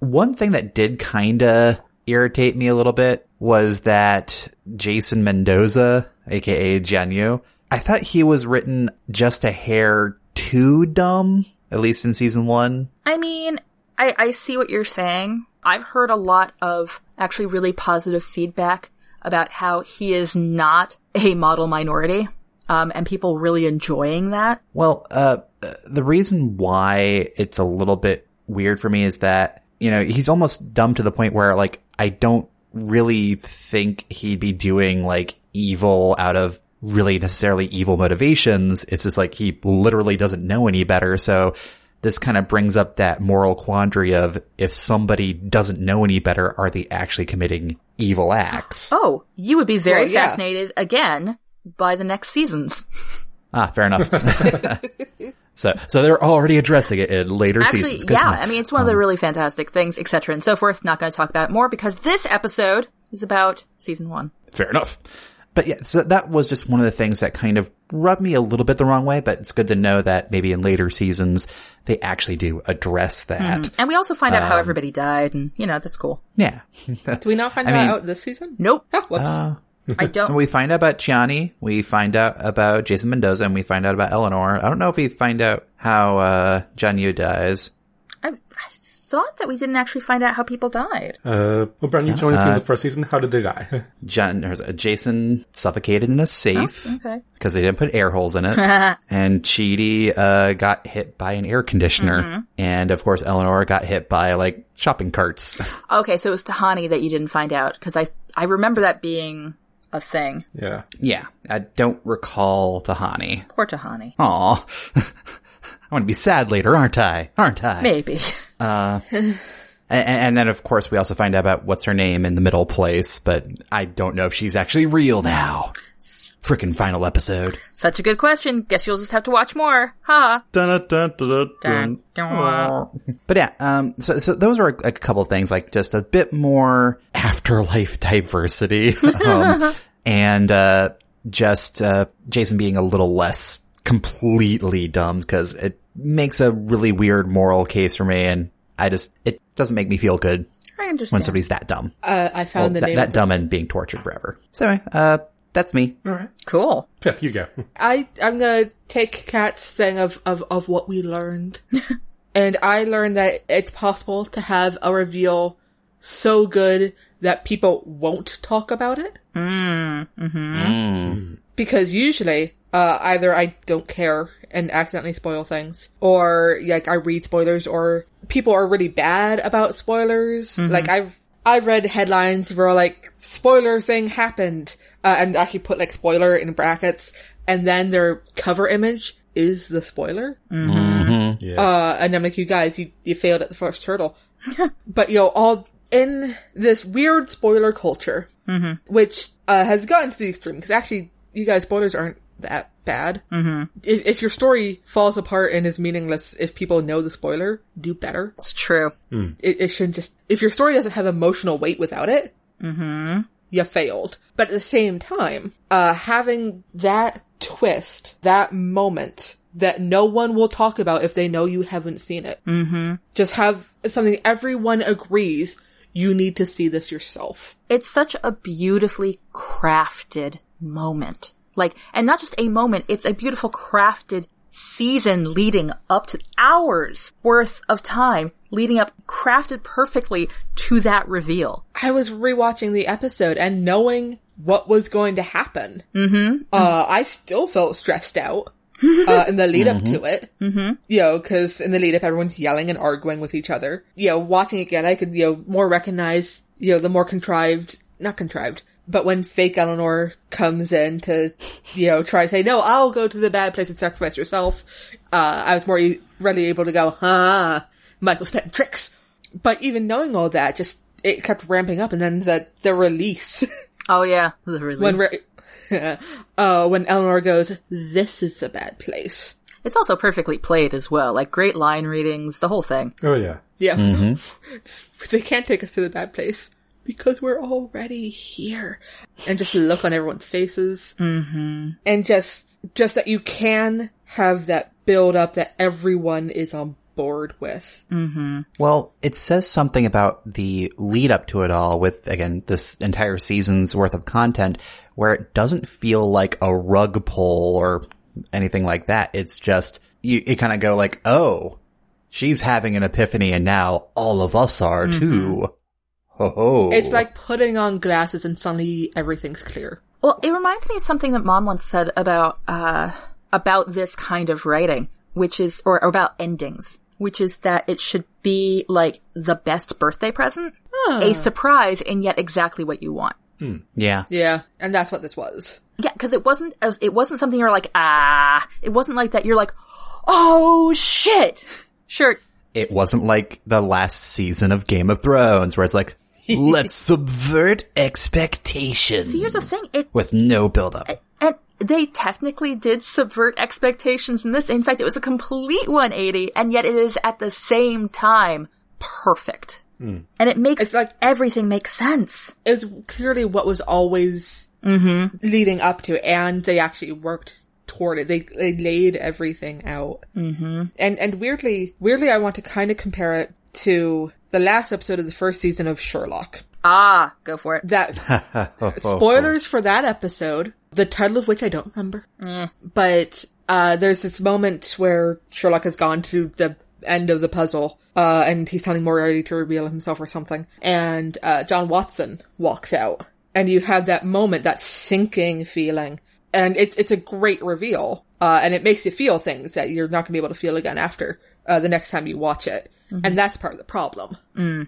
S4: One thing that did kind of irritate me a little bit was that Jason Mendoza, aka Janyu, I thought he was written just a hair too dumb. At least in season one,
S2: I mean, I, I see what you're saying. I've heard a lot of actually really positive feedback about how he is not a model minority, um, and people really enjoying that.
S4: Well, uh, uh, the reason why it's a little bit weird for me is that, you know, he's almost dumb to the point where, like, I don't really think he'd be doing, like, evil out of really necessarily evil motivations. It's just like he literally doesn't know any better. So this kind of brings up that moral quandary of if somebody doesn't know any better, are they actually committing evil acts?
S2: Oh, you would be very
S3: Well, yeah.
S2: fascinated again by the next seasons.
S4: Ah, fair enough. so, so they're already addressing it in later
S2: Actually,
S4: seasons. Good Um,
S2: yeah,
S4: to know.
S2: I mean, it's one of the really fantastic things, etc. and so forth. Not going to talk about it more because this episode is about season one.
S4: fair enough. But yeah, so that was just one of the things that kind of rubbed me a little bit the wrong way, but it's good to know that maybe in later seasons, they actually do address that.
S2: And we also find out
S4: Um,
S2: how everybody died and, you know, that's cool.
S4: Yeah.
S3: Do we not find
S4: I
S3: that
S4: mean- Uh,
S3: out this season?
S2: Nope.
S3: Oh, whoops.
S2: I don't.
S4: we find out about Gianni, we find out about Jason Mendoza, and we find out about Eleanor. I don't know if we find out how, uh, John Yu dies.
S2: I, I thought that we didn't actually find out how people died.
S1: Uh, well, Brian, you've only seen the first season. How did they die?
S4: John, or is it Jason suffocated in a safe.
S2: okay.
S4: Because they didn't put air holes in it. and Cheaty, uh, got hit by an air conditioner. And of course, Eleanor got hit by like shopping carts.
S2: Okay, so it was Tahani that you didn't find out because I I remember that being a thing.
S1: yeah.
S4: yeah. I don't recall Tahani.
S2: Poor Tahani.
S4: Aw. I'm going to be sad later, aren't I? Aren't I?
S2: Maybe.
S4: And, and then, of course, we also find out about what's her name in the middle place, but I don't know if she's actually real now. Freaking final episode.
S2: Such a good question. Guess you'll just have to watch more. Ha.
S5: Dun, dun, dun, dun, dun.
S2: Dun, dun.
S4: But yeah, um, so, so those are a, a couple of things, like just a bit more afterlife diversity, um, and, uh, just, uh, Jason being a little less completely dumb because it makes a really weird moral case for me. And I just, it doesn't make me feel good
S2: I
S4: when
S2: understand.
S4: somebody's that dumb.
S3: Uh, I found the
S4: that,
S3: name.
S4: that
S3: of the-
S4: dumb and being tortured forever. So, anyway, uh, that's me.
S1: All right.
S2: cool.
S1: Pip, you go.
S3: I I'm gonna take Kat's thing of of of what we learned, and I learned that it's possible to have a reveal so good that people won't talk about it. Mm, mm-hmm. Because usually, uh, either I don't care and accidentally spoil things, or like I read spoilers, or people are really bad about spoilers. Like I've I've read headlines where like spoiler thing happened, uh, and actually put like spoiler in brackets, and then their cover image is the spoiler.
S1: Yeah.
S3: Uh, and I'm like, you guys, you, you failed at the first hurdle. but you know, all in this weird spoiler culture, which uh, has gotten to the extreme because actually, you guys, spoilers aren't that bad. Mm-hmm. If, if your story falls apart and is meaningless, if people know the spoiler, do better.
S2: It's true.
S3: It, it shouldn't just. If your story doesn't have emotional weight without it, you failed. But at the same time, uh, having that twist, that moment that no one will talk about if they know you haven't seen it. Mm-hmm. Just have something everyone agrees you need to see this yourself.
S2: It's such a beautifully crafted moment. Like, and not just a moment, it's a beautiful crafted season leading up to hours worth of time leading up crafted perfectly to that reveal.
S3: I was rewatching the episode and knowing what was going to happen. Mm-hmm. Uh, I still felt stressed out. uh, in the lead up to it, mm-hmm. you know, because in the lead up, everyone's yelling and arguing with each other. You know, watching again, I could you know more recognize you know the more contrived, not contrived, but when fake Eleanor comes in to you know try to say no, I'll go to the bad place and sacrifice yourself. Uh, I was more e- readily able to go, huh? Michael's petting tricks. But even knowing all that, just it kept ramping up, and then the the release
S2: Oh yeah, the release.
S3: when re- uh when Eleanor goes, "This is a bad place."
S2: It's also perfectly played as well, like great line readings, the whole thing.
S1: Oh, yeah.
S3: Yeah, they can't take us to the bad place because we're already here, and just the look on everyone's faces, mm-hmm. and just just that you can have that build up that everyone is on board with.
S4: Well, it says something about the lead up to it all with, again, this entire season's worth of content where it doesn't feel like a rug pull or anything like that. It's just, you, you kind of go like, oh, she's having an epiphany and now all of us are
S2: Mm-hmm.
S4: too. Ho ho.
S3: It's like putting on glasses and suddenly everything's clear.
S2: Well, it reminds me of something that mom once said about uh about this kind of writing, which is or about endings, which is that it should be like the best birthday present, a surprise and yet exactly what you want.
S4: yeah.
S3: Yeah, and that's what this was.
S2: Yeah, cuz it wasn't as- it wasn't something you're like ah, it wasn't like that you're like oh shit. Sure.
S4: It wasn't like the last season of Game of Thrones where it's like, let's subvert expectations.
S2: Here's the thing. It
S4: With no buildup.
S2: and they technically did subvert expectations in this. In fact, it was a complete 180, and yet it is at the same time perfect. And it makes
S3: It's like-
S2: everything makes sense.
S3: is clearly what was always leading up to, and they actually worked toward it. They, they laid everything out, mm-hmm. and and weirdly, weirdly, I want to kind of compare it to the last episode of the first season of Sherlock.
S2: Ah, go for it.
S3: That spoilers for that episode, the title of which I don't remember, but uh, there's this moment where Sherlock has gone to the end of the puzzle, uh, and he's telling Moriarty to reveal himself or something, and uh, John Watson walks out, and you have that moment, that sinking feeling, and it's it's a great reveal, uh, and it makes you feel things that you're not going to be able to feel again after uh, the next time you watch it. And that's part of the problem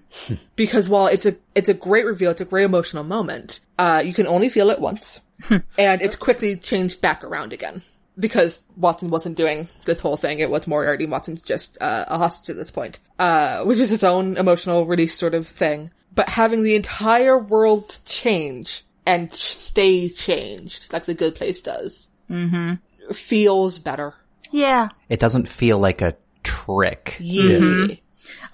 S3: because while it's a it's a great reveal, it's a great emotional moment. Uh, you can only feel it once, and it's quickly changed back around again because Watson wasn't doing this whole thing. It was Moriarty. Watson's just uh, a hostage at this point, uh, which is its own emotional release sort of thing. But having the entire world change and ch- stay changed, like the Good Place does, mm-hmm. feels better.
S2: Yeah.
S4: it doesn't feel like a trick.
S3: Yeah.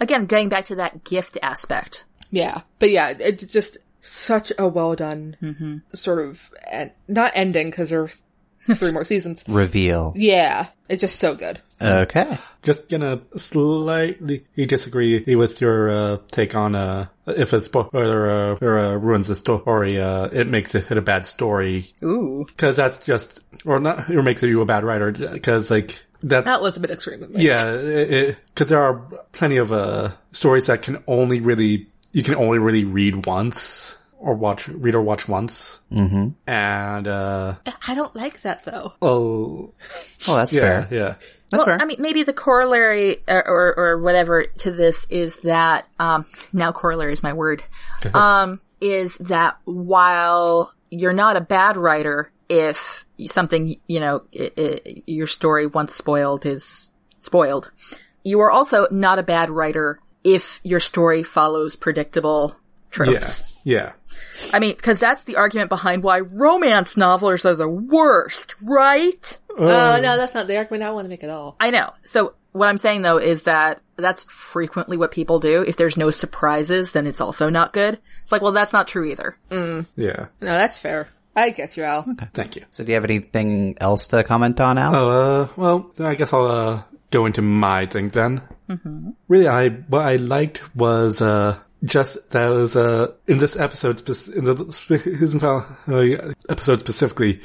S2: Again, going back to that gift aspect.
S3: Yeah, but yeah, it's just such a well done sort of en- not ending because there are three more seasons.
S4: Reveal.
S3: Yeah, it's just so good.
S4: Okay.
S1: Just gonna slightly disagree with your uh, take on uh, if a spoiler uh, or, uh, ruins the story, uh, it makes it a bad story
S2: Ooh.
S1: because that's just or not or makes you a bad writer because like that
S3: That was a bit extreme. Of me.
S1: Yeah, because there are plenty of uh, stories that can only really you can only really read once or watch read or watch once, mm-hmm. and uh,
S3: I don't like that though.
S1: oh
S4: Oh, that's
S1: yeah,
S4: fair.
S1: yeah,
S4: That's
S2: well,
S4: fair.
S2: I mean, maybe the corollary or, or, or whatever to this is that, um, now corollary is my word, um, is that while you're not a bad writer, if something, you know, i i your story once spoiled is spoiled, you are also not a bad writer if your story follows predictable
S1: yeah,
S2: tropes.
S1: yeah.
S2: I mean, because that's the argument behind why romance novels are the worst, right?
S3: Oh no, that's not the argument I want to make at all.
S2: I know. So what I'm saying though is that that's frequently what people do. If there's no surprises, then it's also not good. It's like, well, that's not true either.
S1: yeah.
S3: No, that's fair. I get you, Al.
S1: Thank you.
S4: so do you have anything else to comment on, Al?
S1: Uh, well, I guess I'll uh, go into my thing then. Really, I what I liked was uh, just that was uh, in this episode spec- in the spe- isn't found- uh, episode specifically,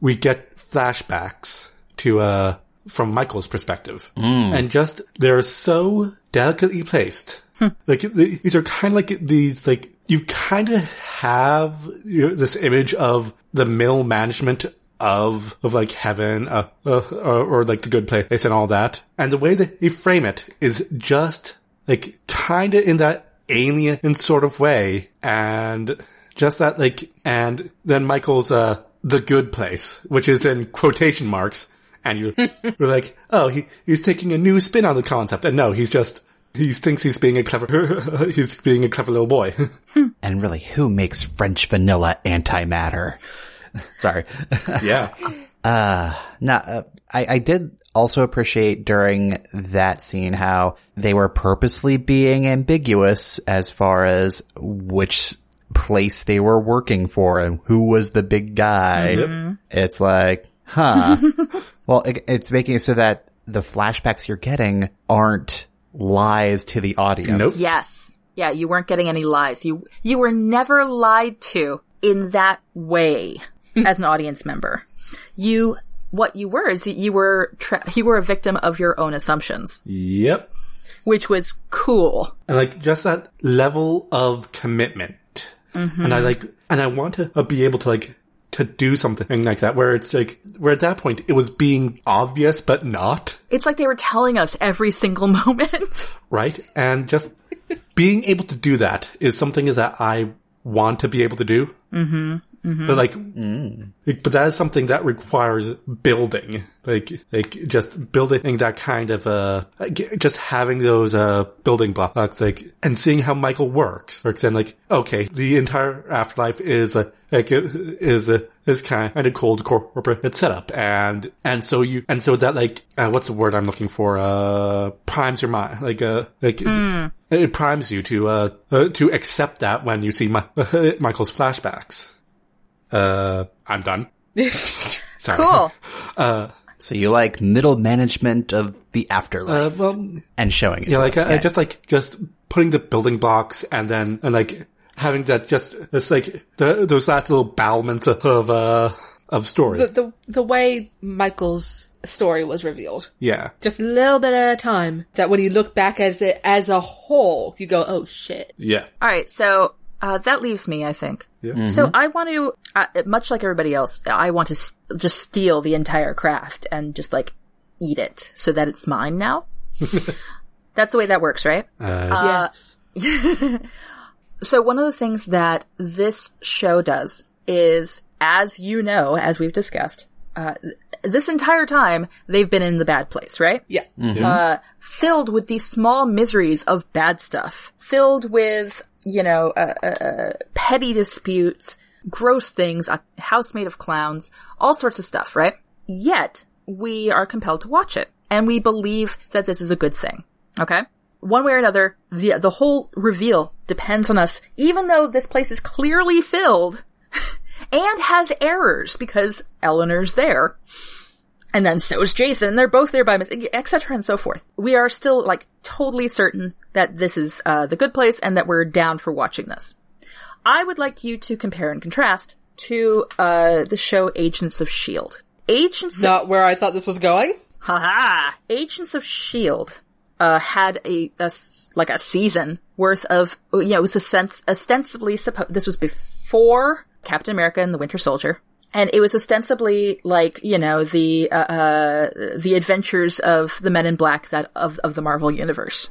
S1: we get flashbacks to uh, from Michael's perspective, and just they're so delicately placed. Like th- these are kind of like these like you kind of have you know, this image of the mill management of of like heaven uh, uh, or, or like the good place and all that, and the way that they frame it is just like kind of in that alien sort of way, and just that like and then Michael's uh the good place, which is in quotation marks, and you're, you're like, oh, he he's taking a new spin on the concept, and no, he's just he thinks he's being a clever he's being a clever little boy.
S4: And really, who makes French vanilla antimatter? Sorry.
S1: yeah,
S4: Now, uh, I, I did also appreciate during that scene how they were purposely being ambiguous as far as which place they were working for and who was the big guy. Mm-hmm. It's like, huh. well, it, it's making it so that the flashbacks you're getting aren't lies to the audience.
S1: Nope.
S2: Yes. Yeah. You weren't getting any lies. You, you were never lied to in that way as an audience member. You, what you were is you were, tra- you were a victim of your own assumptions,
S1: yep.
S2: which was cool.
S1: and like just that level of commitment. And I like, and I want to uh, be able to like, to do something like that where it's like, where at that point it was being obvious, but not,
S2: It's like they were telling us every single moment.
S1: right? And just being able to do that is something that I want to be able to do. Mm-hmm. But like, like, but that is something that requires building, like, like just building that kind of, uh, like, just having those, uh, building blocks, like, and seeing how Michael works, works and like, okay, the entire afterlife is, uh, like, uh, is, uh, is kind of cold corporate setup. And, and so you, and so that like, uh, what's the word I'm looking for? Uh, primes your mind, like, uh, like, it primes you to, uh, uh, to accept that when you see my, Michael's flashbacks. Uh, I'm done. Sorry.
S2: Cool.
S4: So you like middle management of the afterlife
S1: Uh, well,
S4: and showing it.
S1: yeah,
S4: to
S1: like
S4: us.
S1: I, I
S4: Yeah.
S1: just like just putting the building blocks and then and like having that just it's like the, those last little battlements of uh of story.
S3: The, the, the way Michael's story was revealed.
S1: yeah,
S3: Just a little bit at a time. That when you look back at it as a whole, you go, oh shit.
S1: yeah,
S2: All right, so uh, that leaves me, I think. So I want to, uh, much like everybody else, I want to s just steal the entire craft and just like eat it so that it's mine now. That's the way that works, right?
S3: yes.
S2: So one of the things that this show does is, as you know, as we've discussed, uh, th- this entire time they've been in the bad place, right?
S3: Yeah.
S2: filled with these small miseries of bad stuff, filled with, you know, uh, uh, uh, petty disputes, gross things, a house made of clowns, all sorts of stuff, right? Yet, we are compelled to watch it, and we believe that this is a good thing. Okay? One way or another, the, the whole reveal depends on us, even though this place is clearly filled and has errors because Eleanor's there and then so is Jason. They're both there by mistake, etc. and so forth. We are still like totally certain that this is uh, the good place and that we're down for watching this. I would like you to compare and contrast to uh, the show Agents of Shield. E Agents of
S3: Not where I thought this was going.
S2: Haha! Agents of Shield E uh, had a, a s- like a season worth of you know it was a sense ostensibly supposed this was before Captain America and the Winter Soldier. And it was ostensibly like you know the uh, uh, the adventures of the Men in Black that of of the Marvel universe.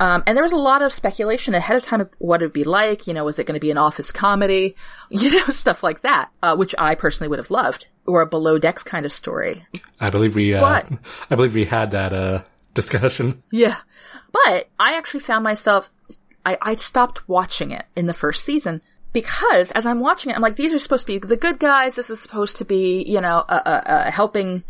S2: Um, and there was a lot of speculation ahead of time of what it would be like. You know, was it going to be an office comedy? You know, stuff like that, uh, which I personally would have loved, or a below decks kind of story.
S1: I believe we uh,
S2: But-
S1: I believe we had that uh discussion.
S2: Yeah. But I actually found myself, I, I stopped watching it in the first season because as I'm watching it, I'm like, these are supposed to be the good guys. This is supposed to be, you know, uh, uh, uh, helping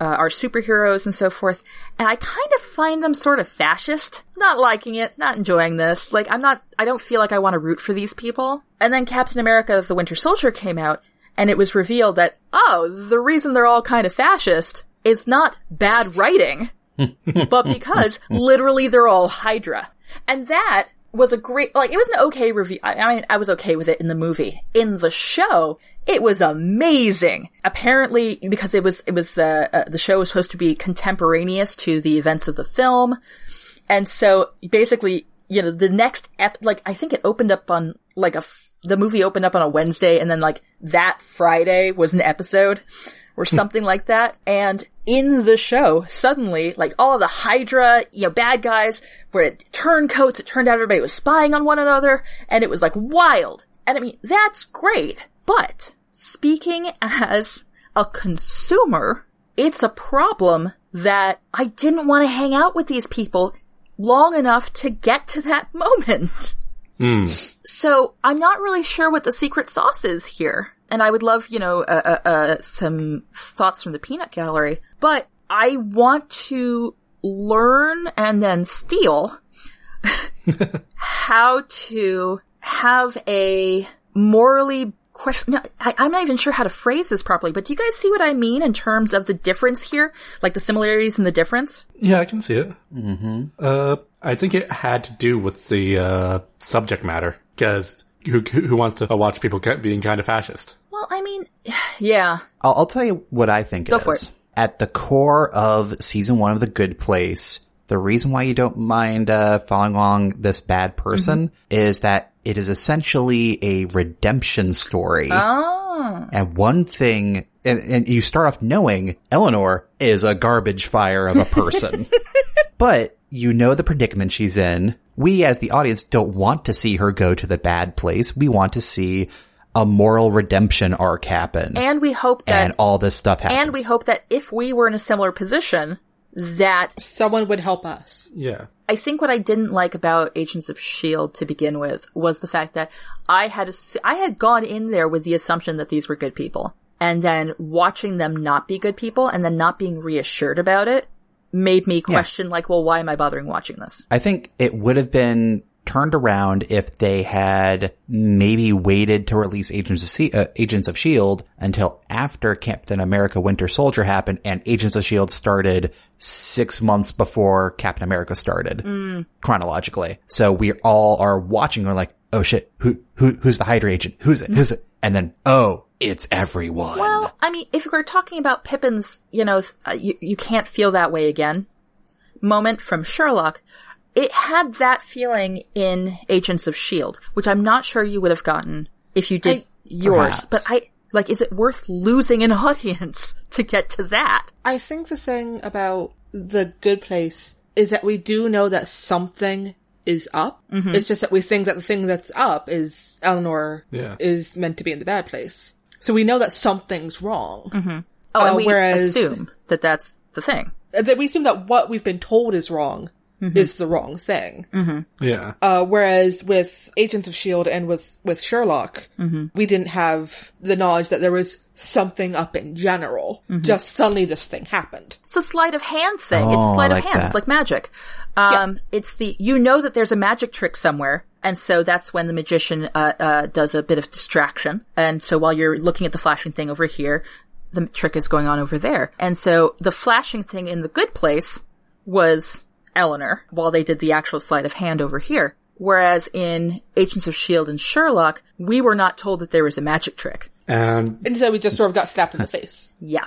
S2: uh, our superheroes and so forth. And I kind of find them sort of fascist, not liking it, not enjoying this. Like, I'm not, I don't feel like I want to root for these people. And then Captain America the Winter Soldier came out and it was revealed that, oh, the reason they're all kind of fascist is not bad writing but because literally they're all Hydra. And that was a great, like, it was an okay review. I, I mean, I was okay with it in the movie. In the show, it was amazing. Apparently, because it was, it was, uh, uh, the show was supposed to be contemporaneous to the events of the film. And so basically, you know, the next ep, like, I think it opened up on, like, a, f- the movie opened up on a Wednesday and then, like, that Friday was an episode or something like that. And in the show, suddenly, like, all the Hydra, you know, bad guys were turncoats. It turned out everybody was spying on one another and it was, like, wild. And I mean, that's great. But speaking as a consumer, it's a problem that I didn't want to hang out with these people long enough to get to that moment. So I'm not really sure what the secret sauce is here. And I would love, you know, uh, uh, uh, some thoughts from the peanut gallery, but I want to learn and then steal how to have a morally question. No, I, I'm not even sure how to phrase this properly, but do you guys see what I mean in terms of the difference here? Like the similarities and the difference?
S1: Yeah, I can see it. Mm-hmm. Uh, I think it had to do with the uh subject matter because who who wants to uh, watch people ca- being kind of fascist?
S2: Well, I mean, yeah.
S4: I'll, I'll tell you what I think
S2: Go
S4: it
S2: for
S4: is.
S2: it.
S4: At the core of season one of The Good Place, the reason why you don't mind uh, following along this bad person
S2: Mm-hmm.
S4: is that it is essentially a redemption story.
S2: Oh.
S4: And one thing, and, and you start off knowing Eleanor is a garbage fire of a person. but you know the predicament she's in. We as the audience don't want to see her go to the bad place. We want to see a moral redemption arc happen.
S2: And we hope that
S4: and all this stuff happens.
S2: and we hope that if we were in a similar position, that
S3: Someone would help us.
S1: Yeah.
S2: I think what I didn't like about Agents of Shield E to begin with was the fact that I had assu- I had gone in there with the assumption that these were good people, and then watching them not be good people, and then not being reassured about it, made me question like, well, why am I bothering watching this?
S4: I think it would have been turned around if they had maybe waited to release Agents of Se- uh, Agents of Shield until after Captain America Winter Soldier happened and Agents of Shield E started 6 months before Captain America started
S2: Mm.
S4: chronologically. So we all are watching we're like, "Oh shit, who who who's the Hydra agent? Who's it? Who's it?" And then, "Oh, it's everyone."
S2: Well, I mean, if we're talking about Pippin's, you know, th- uh, you, you can't feel that way again moment from Sherlock, it had that feeling in Agents of S.H.I.E.L.D., E which I'm not sure you would have gotten if you did
S3: I-
S2: yours.
S4: Perhaps.
S2: But I, like, is it worth losing an audience to get to that?
S3: I think the thing about the good place is that we do know that something is up.
S2: Mm-hmm.
S3: It's just that we think that the thing that's up is Eleanor
S1: Yeah.
S3: is meant to be in the bad place. So we know that something's wrong.
S2: Oh, and
S3: Uh,
S2: we
S3: whereas-
S2: assume that that's the thing.
S3: And That we assume that what we've been told is wrong
S2: Mm-hmm.
S3: is the wrong thing.
S1: Yeah.
S3: Uh, whereas with Agents of Shield E and with with Sherlock,
S2: Mm-hmm.
S3: we didn't have the knowledge that there was something up in general.
S2: Mm-hmm.
S3: Just suddenly this thing happened.
S2: It's a sleight of hand thing.
S4: Oh,
S2: it's sleight
S4: I like
S2: of hand. It's
S4: that.
S2: like magic. Um, it's the, you know that there's a magic trick somewhere. And so that's when the magician, uh, uh, does a bit of distraction. And so while you're looking at the flashing thing over here, the trick is going on over there. And so the flashing thing in the good place was Eleanor while they did the actual sleight of hand over here. Whereas in Agents of S.H.I.E.L.D. E and Sherlock, we were not told that there was a magic trick.
S1: And
S3: Instead, we just sort of got slapped in the face.
S2: Yeah.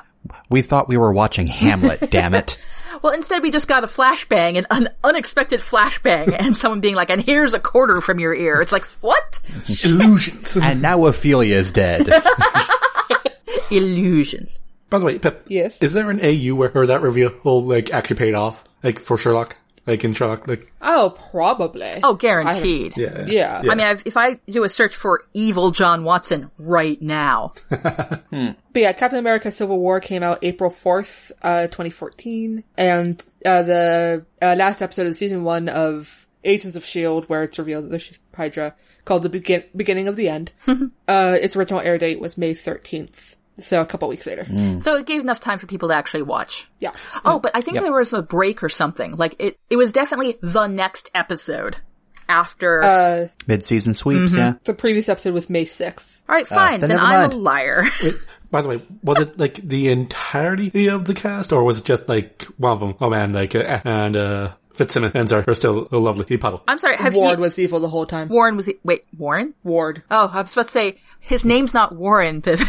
S4: we thought we were watching Hamlet, damn it.
S2: Well, instead we just got a flashbang, an un- unexpected flashbang, and someone being like, "And here's a quarter from your ear." It's like, what?
S1: illusions.
S4: And now Ophelia is dead.
S2: Illusions.
S1: By the way, Pip.
S3: Yes.
S1: Is there an AU where where that reveal like actually paid off? Like for Sherlock? Like in Sherlock? Like
S3: Oh, probably.
S2: Oh, guaranteed.
S1: Yeah.
S3: Yeah.
S2: I mean, I've, if I do a search for evil John Watson right now,
S3: But yeah, Captain America Civil War came out April 4th, uh, 2014. And, uh, the uh, last episode of season one of Agents of S.H.I.E.L.D., E where it's revealed that the Sh- Hydra, called the begin- beginning of the end, uh, its original air date was May 13th. So a couple weeks later.
S2: so it gave enough time for people to actually watch.
S3: Yeah.
S2: Oh, but I think there was a break or something. Like it, it was definitely the next episode after.
S4: Uh, Mid-season sweeps, yeah.
S3: The previous episode was May 6th.
S2: All right, fine.
S4: uh, then
S2: then
S4: never
S2: I'm
S4: mind.
S2: a liar.
S1: By the way, was it like the entirety of the cast, or was it just like one of them? Oh man, like uh, and uh, Fitzsimmons are, are still lovely. He puddle.
S2: I'm sorry. Have
S3: Ward
S2: you-
S3: was evil the whole time.
S2: Warren was he, wait Warren?
S3: Ward.
S2: Oh, I was supposed to say his name's not Warren, but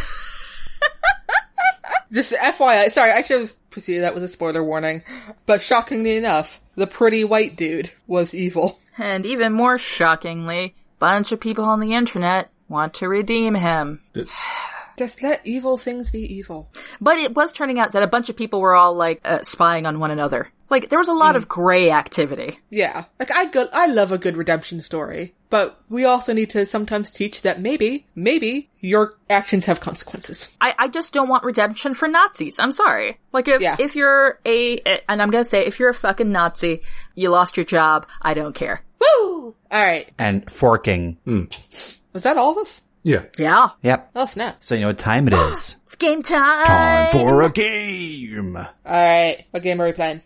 S3: Just FYI, sorry, actually I was proceeding that with a spoiler warning. But shockingly enough, the pretty white dude was evil.
S2: And even more shockingly, bunch of people on the internet want to redeem him.
S3: Just let evil things be evil.
S2: But it was turning out that a bunch of people were all like uh, spying on one another. Like there was a lot of gray activity.
S3: Yeah. Like I go I love a good redemption story, but we also need to sometimes teach that maybe, maybe your actions have consequences.
S2: I, I just don't want redemption for Nazis. I'm sorry. Like if
S3: Yeah.
S2: if you're a and I'm gonna say if you're a fucking Nazi, you lost your job. I don't care.
S3: Woo! All right.
S4: And forking.
S3: Was that all of us?
S1: Yeah,
S2: Yeah,
S4: Yep.
S3: Oh snap.
S4: So you know what time it is.
S2: it's game time.
S4: Time for a game.
S3: All right. What game are we playing?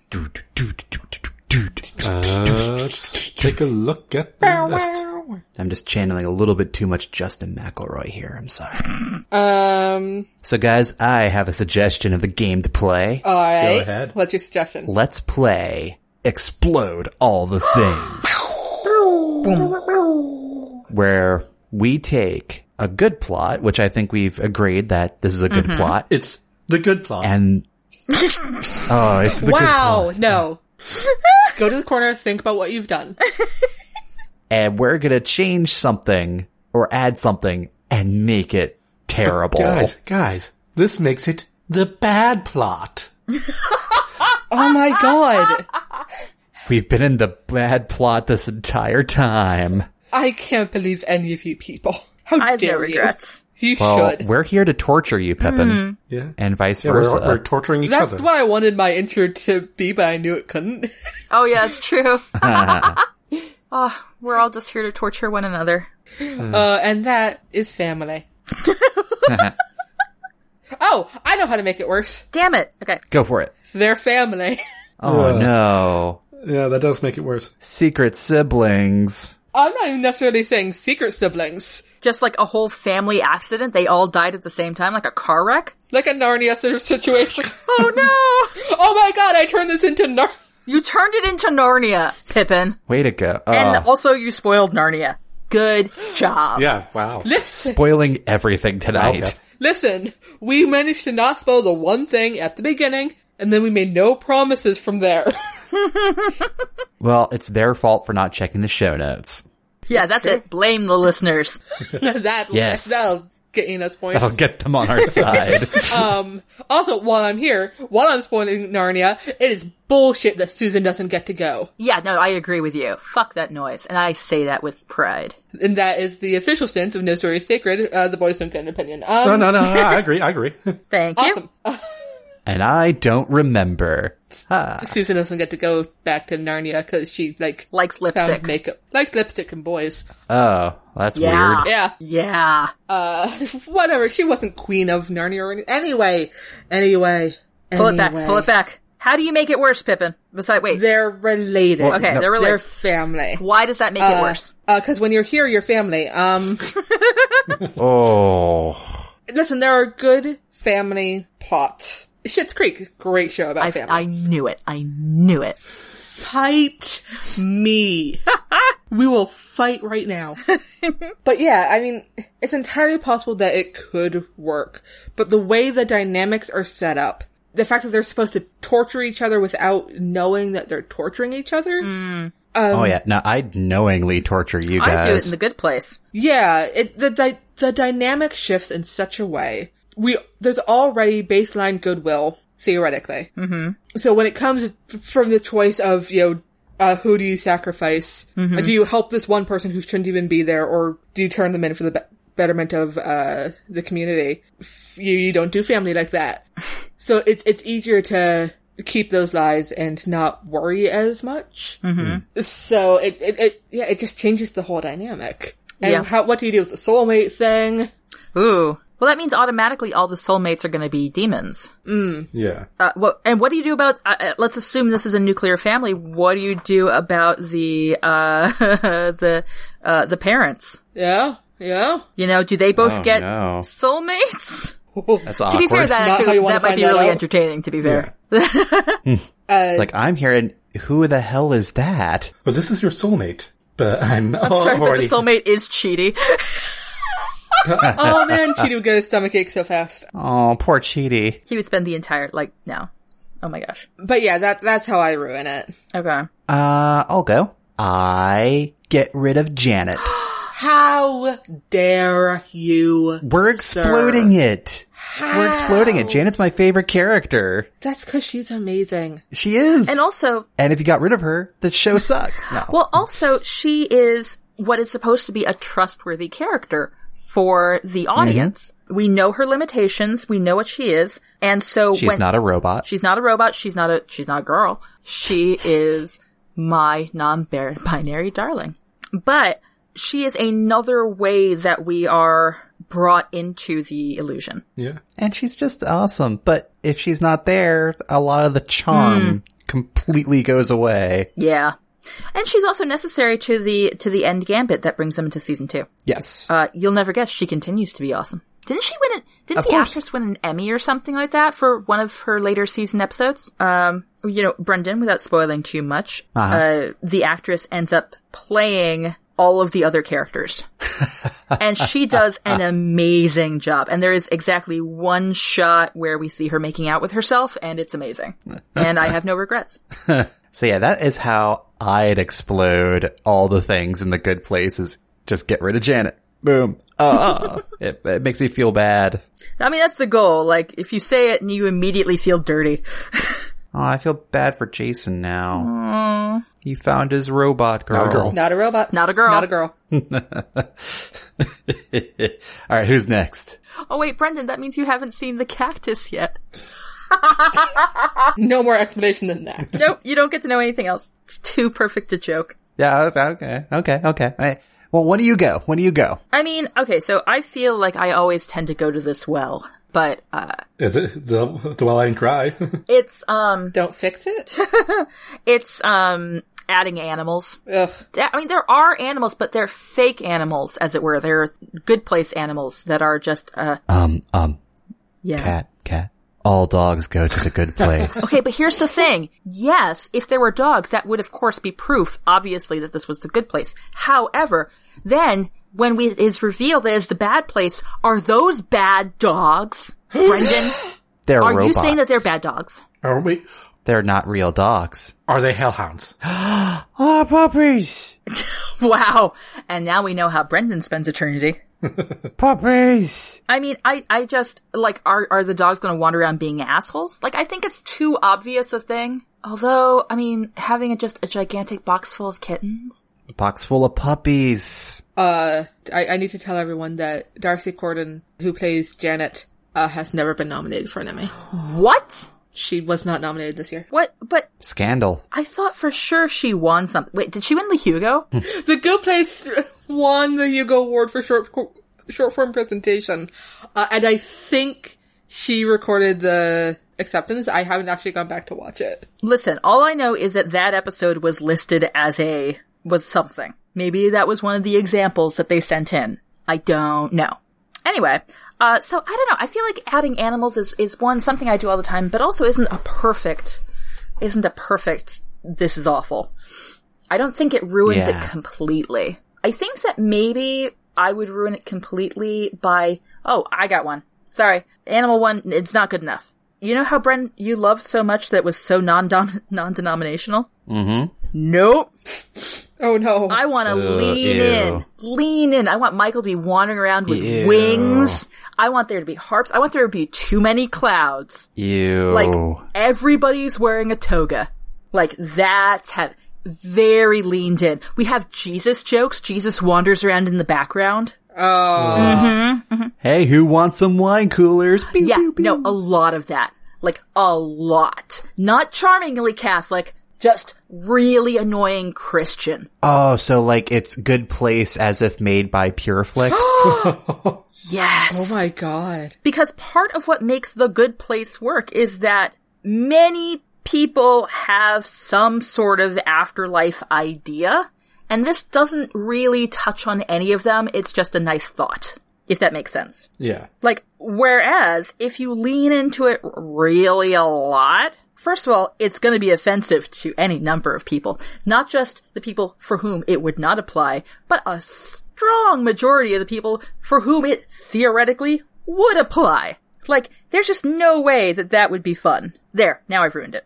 S1: Uh, let's take a look at the list.
S4: I'm just channeling a little bit too much Justin McElroy here. I'm sorry.
S3: Um.
S4: So guys, I have a suggestion of the game to play.
S3: All right.
S1: ahead.
S3: What's your suggestion?
S4: Let's play Explode All the Things. where we take a good plot, which I think we've agreed that this is a good plot,
S1: It's the good plot.
S4: and oh, it's the good plot.
S3: Wow. No. Go to the corner. Think about what you've done.
S4: and we're gonna change something or add something and make it terrible.
S1: guys, guys, this makes it the bad plot.
S3: Oh my god.
S4: We've been in the bad plot this entire time.
S3: I can't believe any of you people. How
S2: I have no
S3: dare
S2: regrets.
S3: you? You
S4: Well,
S3: should.
S4: we're here to torture you, Pippin,
S1: Yeah.
S4: and vice
S1: yeah,
S4: versa.
S1: we're, we're torturing each
S3: That's
S1: other.
S3: what I wanted my intro to be, but I knew it couldn't.
S2: Oh yeah, it's true. oh, we're all just here to torture one another.
S4: Hmm.
S3: Uh, and that is family. oh, I know how to make it worse.
S2: Damn it. Okay.
S4: Go for it.
S3: They're family.
S4: Oh
S1: Yeah.
S4: no,
S1: yeah, that does make it worse.
S4: secret siblings.
S3: I'm not even necessarily saying secret siblings.
S2: Just like a whole family accident, they all died at the same time, like a car wreck.
S3: Like a Narnia sort of situation.
S2: Oh no!
S3: oh my god, I turned this into Narnia.
S2: You turned it into Narnia, Pippin.
S4: Way to go!
S2: And
S4: Oh,
S2: also you spoiled Narnia. Good job.
S1: Yeah, wow.
S3: Listen,
S4: spoiling everything tonight.
S1: Okay.
S3: listen, we managed to not spoil the one thing at the beginning, and then we made no promises from there.
S4: Well, it's their fault for not checking the show notes.
S2: Yeah, that's it. Blame the listeners.
S3: that,
S4: Yes.
S3: that'll get you us points.
S4: That'll get them on our side.
S3: Also, while I'm here, while I'm spoiling Narnia, it is bullshit that Susan doesn't get to go.
S2: Yeah, no, I agree with you. Fuck that noise. And I say that with pride.
S3: And that is the official stance of No Story is Sacred, uh, the boys don't get an opinion. Um,
S1: No, no, no, no, I agree, I agree.
S2: Thank
S3: Awesome.
S2: you.
S4: and I don't remember.
S3: Susan doesn't get to go back to Narnia because she, like,
S2: Likes
S3: found
S2: lipstick.
S3: makeup. Likes lipstick and boys.
S4: Oh, that's
S2: Yeah.
S4: weird.
S3: Yeah.
S2: Yeah.
S3: Uh, whatever. She wasn't queen of Narnia or anything. Anyway. Anyway.
S2: Pull it back. Pull it back. How do you make it worse, Pippin? Besides, wait.
S3: They're related.
S2: okay,
S4: no,
S2: they're
S3: They're
S2: related.
S3: family.
S2: Why does that make it worse?
S3: Because when you're here, you're family. Um,
S4: Oh,
S3: listen, there are good family plots. Shit's Creek, great show about
S2: I,
S3: family.
S2: I knew it. I knew it.
S3: fight me. we will fight right now. but yeah, I mean, it's entirely possible that it could work. But the way the dynamics are set up, the fact that they're supposed to torture each other without knowing that they're torturing each other,
S4: oh yeah. Now I'd knowingly torture you guys.
S2: I do it in the good place.
S3: yeah, it, the di- the dynamic shifts in such a way. We there's already baseline goodwill theoretically. Mm-hmm. So when it comes from the choice of you know. Uh, who do you sacrifice? Uh, do you help this one person who shouldn't even be there, or do you turn them in for the be- betterment of uh, the community? F- You you don't do family like that, so it's it's easier to keep those lies and not worry as much. So it, it, it yeah, it just changes the whole dynamic. And
S2: Yeah.
S3: how what do you do with the soulmate thing?
S2: Ooh. Well, that means automatically all the soulmates are going to be demons.
S1: Yeah.
S2: Uh, what, and what do you do about? Uh, uh, let's assume this is a nuclear family. What do you do about the uh, the uh, the parents?
S3: Yeah, yeah.
S2: You know, do they both get
S4: Oh, no.
S2: soulmates?
S3: Oh,
S4: That's
S2: To
S4: awkward.
S2: be fair, that
S3: Not
S2: actually-
S3: how you wanna
S2: that might
S3: find
S2: be
S3: that
S2: really
S3: out.
S2: entertaining. To be fair,
S4: it's like I'm here, and who the hell is that?
S1: Well, this is your soulmate, but I'm,
S2: sorry, but
S1: already.
S2: the soulmate is cheaty.
S3: oh man, Cheeto would get a stomach ache so fast.
S4: Oh, poor Cheaty.
S2: he would spend the entire like no, oh my gosh.
S3: But yeah, that that's how I ruin it.
S2: Okay,
S4: Uh, I'll go. I get rid of Janet.
S3: How dare you?
S4: We're exploding it. We're exploding it. Janet's my favorite character.
S3: That's because she's amazing.
S4: She is.
S2: and also
S4: And if you got rid of her, the show sucks. No.
S2: Well, also, she is what is supposed to be a trustworthy character for the
S4: Mm-hmm.
S2: audience. We know her limitations. We know what she is. And so
S4: She's
S2: when
S4: not a robot.
S2: she's not a robot, she's not a, she's not a girl. She is my non-binary darling. But she is another way that we are brought into the illusion.
S1: yeah.
S4: and she's just awesome. But if she's not there, a lot of the charm completely goes away.
S2: Yeah. And she's also necessary to the, to the end gambit that brings them into season two.
S4: Yes.
S2: Uh, you'll never guess she continues to be awesome. Didn't she win it? Didn't
S4: Of
S2: the
S4: course.
S2: actress win an Emmy or something like that for one of her later season episodes? Um, you know, Brendan, without spoiling too much, uh
S4: Uh-huh.
S2: the actress ends up playing all of the other characters. and she does an amazing job. And there is exactly one shot where we see her making out with herself, and it's amazing. And I have no regrets.
S4: so yeah, that is how I'd explode all the things in the good places. Just get rid of Janet. Boom. Uh, it, it makes me feel bad.
S2: I mean, that's the goal. Like, if you say it and you immediately feel dirty.
S4: Oh, I feel bad for Jason now. He found his robot girl.
S1: girl.
S3: Not a robot.
S2: Not a girl.
S3: Not a girl.
S4: All right, who's next?
S2: Oh wait, Brendan, that means you haven't seen the cactus yet.
S3: No more explanation than that.
S2: Nope, you don't get to know anything else. It's too perfect a joke.
S4: Yeah, okay, okay, okay. All right. Well, when do you go? When do you go?
S2: I mean, okay, so I feel like I always tend to go to this well, but uh,
S1: Is it the, the well ain't dry?
S2: it's um,
S3: Don't fix it.
S2: it's um, adding animals.
S3: Ugh.
S2: Yeah, I mean, there are animals, but they're fake animals, as it were. They're good place animals that are just uh,
S4: Um, um,
S2: yeah.
S4: cat, cat. All dogs go to the good place.
S2: Okay, but here's the thing. Yes, if there were dogs, that would of course be proof, obviously, that this was the good place. However, then when we it is revealed that it's the bad place, are those bad dogs? Brendan,
S4: They're
S2: are you
S4: robots.
S2: saying that they're bad dogs?
S1: Are we?
S4: They're not real dogs.
S1: Are they hellhounds?
S4: Ah, puppies,
S2: Wow. And now we know how Brendan spends eternity.
S4: puppies.
S2: I mean, I, I just, like, are, are the dogs gonna wander around being assholes? Like, I think it's too obvious a thing. Although, I mean, having a, just a gigantic box full of kittens.
S4: Box full of puppies.
S3: Uh, I, I need to tell everyone that Darcy Corden, who plays Janet, uh, has never been nominated for an Emmy.
S2: What?
S3: She was not nominated this year.
S2: What? But
S4: Scandal.
S2: I thought for sure she won something. Wait, did she win the Hugo?
S3: The Good Place won the Hugo Award for short co- short form presentation, uh, and I think she recorded the acceptance. I haven't actually gone back to watch it.
S2: Listen, all I know is that that episode was listed as a was something. Maybe that was one of the examples that they sent in. I don't know. Anyway, uh, so I don't know. I feel like adding animals is is one something I do all the time, but also isn't a perfect isn't a perfect. This is awful. I don't think it ruins
S4: Yeah.
S2: it completely. I think that maybe I would ruin it completely by, oh, I got one. Sorry. Animal one, it's not good enough. You know how, Bren, you loved so much that was so non non denominational? Mm hmm. Nope.
S3: Oh no!
S2: I want to lean
S4: ew.
S2: in. Lean in. I want Michael to be wandering around with wings. I want there to be harps. I want there to be too many clouds.
S4: Ew.
S2: Like, everybody's wearing a toga. Like, that's have very leaned in. We have Jesus jokes. Jesus wanders around in the background.
S4: hey, who wants some wine coolers? Pew,
S2: Yeah,
S4: pew, pew.
S2: no, a lot of that. Like, a lot. Not charmingly Catholic, just really annoying Christian.
S4: Oh, so like it's good place as if made by Pureflix.
S2: Yes.
S3: oh my god!
S2: because part of what makes the good place work is that many people have some sort of afterlife idea, and this doesn't really touch on any of them. It's just a nice thought, if that makes sense.
S1: Yeah.
S2: Like, whereas if you lean into it really a lot, first of all, it's going to be offensive to any number of people, not just the people for whom it would not apply, but a strong majority of the people for whom it theoretically would apply. Like, there's just no way that that would be fun. There, now I've ruined it.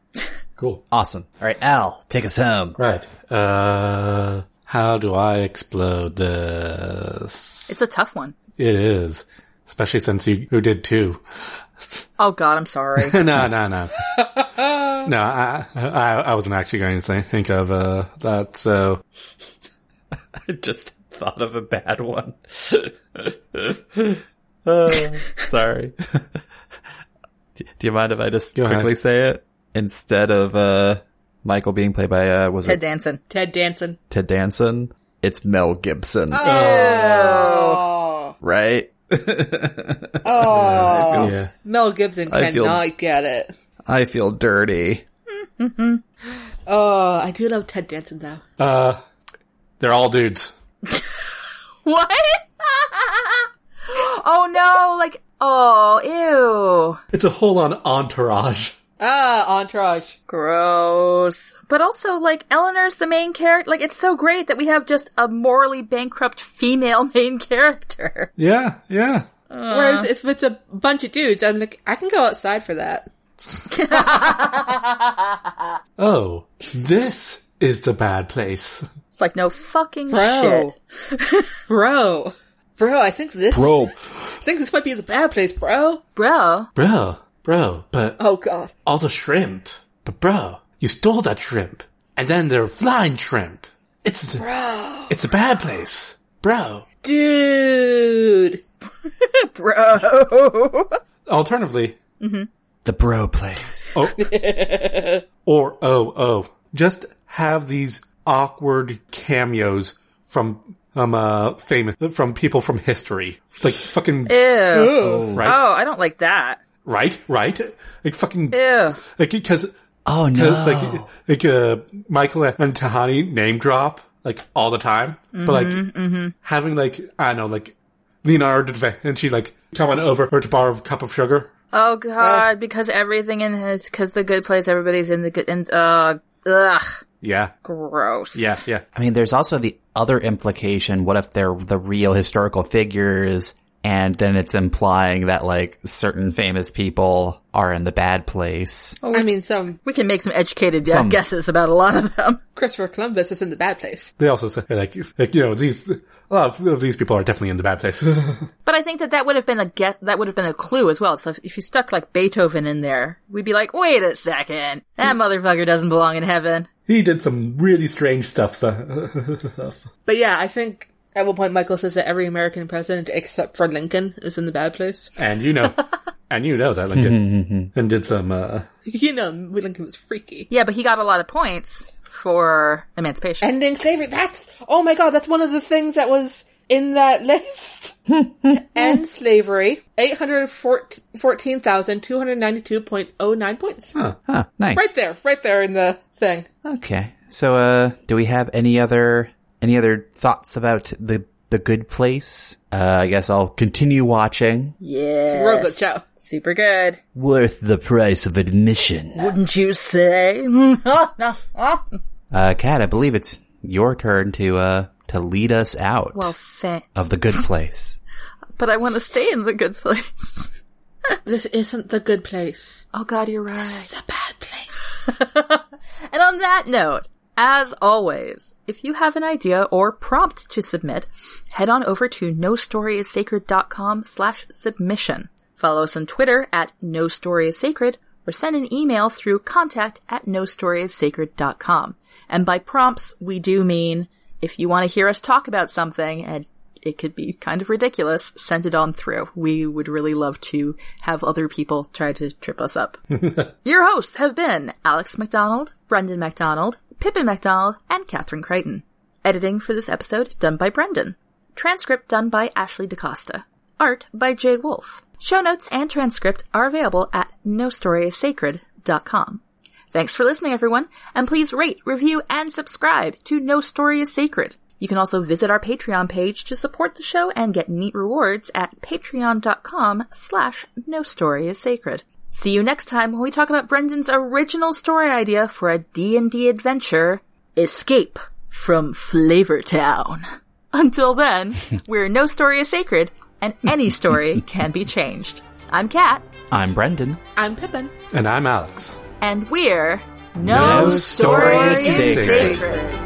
S1: Cool.
S4: awesome. All right, Al, take us home.
S1: Right. Uh, how do I explode this?
S2: It's a tough one.
S1: It is. Especially since you, you did two.
S2: Oh god, I'm sorry.
S1: no, no, no. no, I, I, I wasn't actually going to think, think of, uh, that, so.
S5: I just thought of a bad one. Uh, sorry. Do you mind if I just
S1: Go ahead.
S5: quickly say it
S4: Instead of uh Michael being played by uh was
S2: Ted
S4: it
S2: Danson.
S3: Ted Danson.
S4: Ted Danson? It's Mel Gibson,
S3: Oh,
S4: right?
S2: Oh.
S1: Yeah.
S3: Mel Gibson
S4: I
S3: cannot
S4: feel-
S3: get it.
S4: I feel dirty.
S3: Oh, I do love Ted Danson though.
S1: Uh, they're all dudes.
S2: What? oh no, like, oh, ew.
S1: It's a whole on entourage.
S3: Ah, Entourage.
S2: Gross. But also, like, Eleanor's the main character. Like, it's so great that we have just a morally bankrupt female main character.
S1: Yeah, yeah.
S3: Whereas if it's a bunch of dudes, I'm like, I can go outside for that.
S1: Oh, this is the bad place.
S2: It's like, no fucking
S3: Bro.
S2: shit.
S3: Bro. Bro, I think this
S4: Bro,
S3: I think this might be the bad place, bro.
S2: Bro.
S1: Bro, bro, but
S3: Oh god.
S1: all the shrimp. But bro, you stole that shrimp. And then they're flying shrimp. It's the, it's a bad place. bro.
S3: Dude.
S2: Bro.
S1: Alternatively,
S4: The bro place.
S1: oh, or oh oh, just have these awkward cameos from um uh famous from people from history, like fucking
S2: Ew.
S3: Oh.
S1: right,
S2: Oh, I don't like that.
S1: right, right, like fucking
S2: Ew.
S1: like because
S4: Oh no.
S1: Because like like uh, Michael and Tahani name drop like all the time, but like having like I don't know like Leonardo da Vinci like coming over her to borrow a cup of sugar.
S2: Oh god, because everything in his, because the good place, everybody's in the good, and, uh, ugh,
S1: Yeah,
S2: gross.
S1: yeah, yeah.
S4: I mean, there's also the other implication. What if they're the real historical figures? And then it's implying that like certain famous people are in the bad place.
S3: I mean, some
S2: We can make some educated yeah,
S4: Some.
S2: guesses about a lot of them.
S3: Christopher Columbus is in the bad place.
S1: They also say like like you know these a lot of these people are definitely in the bad place.
S2: But I think that that would have been a get, that would have been a clue as well. So if, if you stuck like Beethoven in there, we'd be like, wait a second, that motherfucker doesn't belong in heaven.
S1: he did some really strange stuff. So
S3: But yeah, I think at one point Michael says that every American president except for Lincoln is in the bad place.
S1: and you know. And you know that, like, did, and did some, uh,
S3: You know, Lincoln was freaky.
S2: Yeah, but he got a lot of points for emancipation.
S3: Ending slavery. That's, oh my god, that's one of the things that was in that list. End slavery. 814,292.09 points.
S4: Huh, nice.
S3: Right there, right there in the thing.
S4: Okay. So, uh, do we have any other, any other thoughts about the, the good place? Uh, I guess I'll continue watching.
S2: Yeah.
S3: Real good show.
S2: Super good.
S4: Worth the price of admission.
S2: Wouldn't you say?
S4: Uh, Kat, I believe it's your turn to, uh, to lead us out
S2: well, fa-
S4: of the good place.
S2: but I want to stay in the good place.
S3: This isn't the good place.
S2: Oh god, you're right.
S3: It's a bad place.
S2: And on that note, as always, if you have an idea or prompt to submit, head on over to nostoryissacred.com slash submission. Follow us on Twitter at nostoryissacred or send an email through contact at nostoryissacred.com. And by prompts, we do mean if you want to hear us talk about something and it could be kind of ridiculous, send it on through. We would really love to have other people try to trip us up. Your hosts have been Alex MacDonald, Brendan MacDonald, Pippin MacDonald, and Catherine Crichton. Editing for this episode done by Brendan. Transcript done by Ashley DaCosta. Art by Jay Wolf. Show notes and transcript are available at nostoryissacred.com. Thanks for listening, everyone, and please rate, review, and subscribe to No Story is Sacred. You can also visit our Patreon page to support the show and get neat rewards at patreon.com slash no story is sacred. See you next time when we talk about Brendan's original story idea for a D&D adventure, Escape from Flavortown. Until then, we're No Story is Sacred, and any story can be changed. I'm Kat,
S4: I'm Brendan.
S3: I'm Pippin.
S1: and I'm Alex.
S2: and we're
S4: No Story is Sacred.
S2: sacred.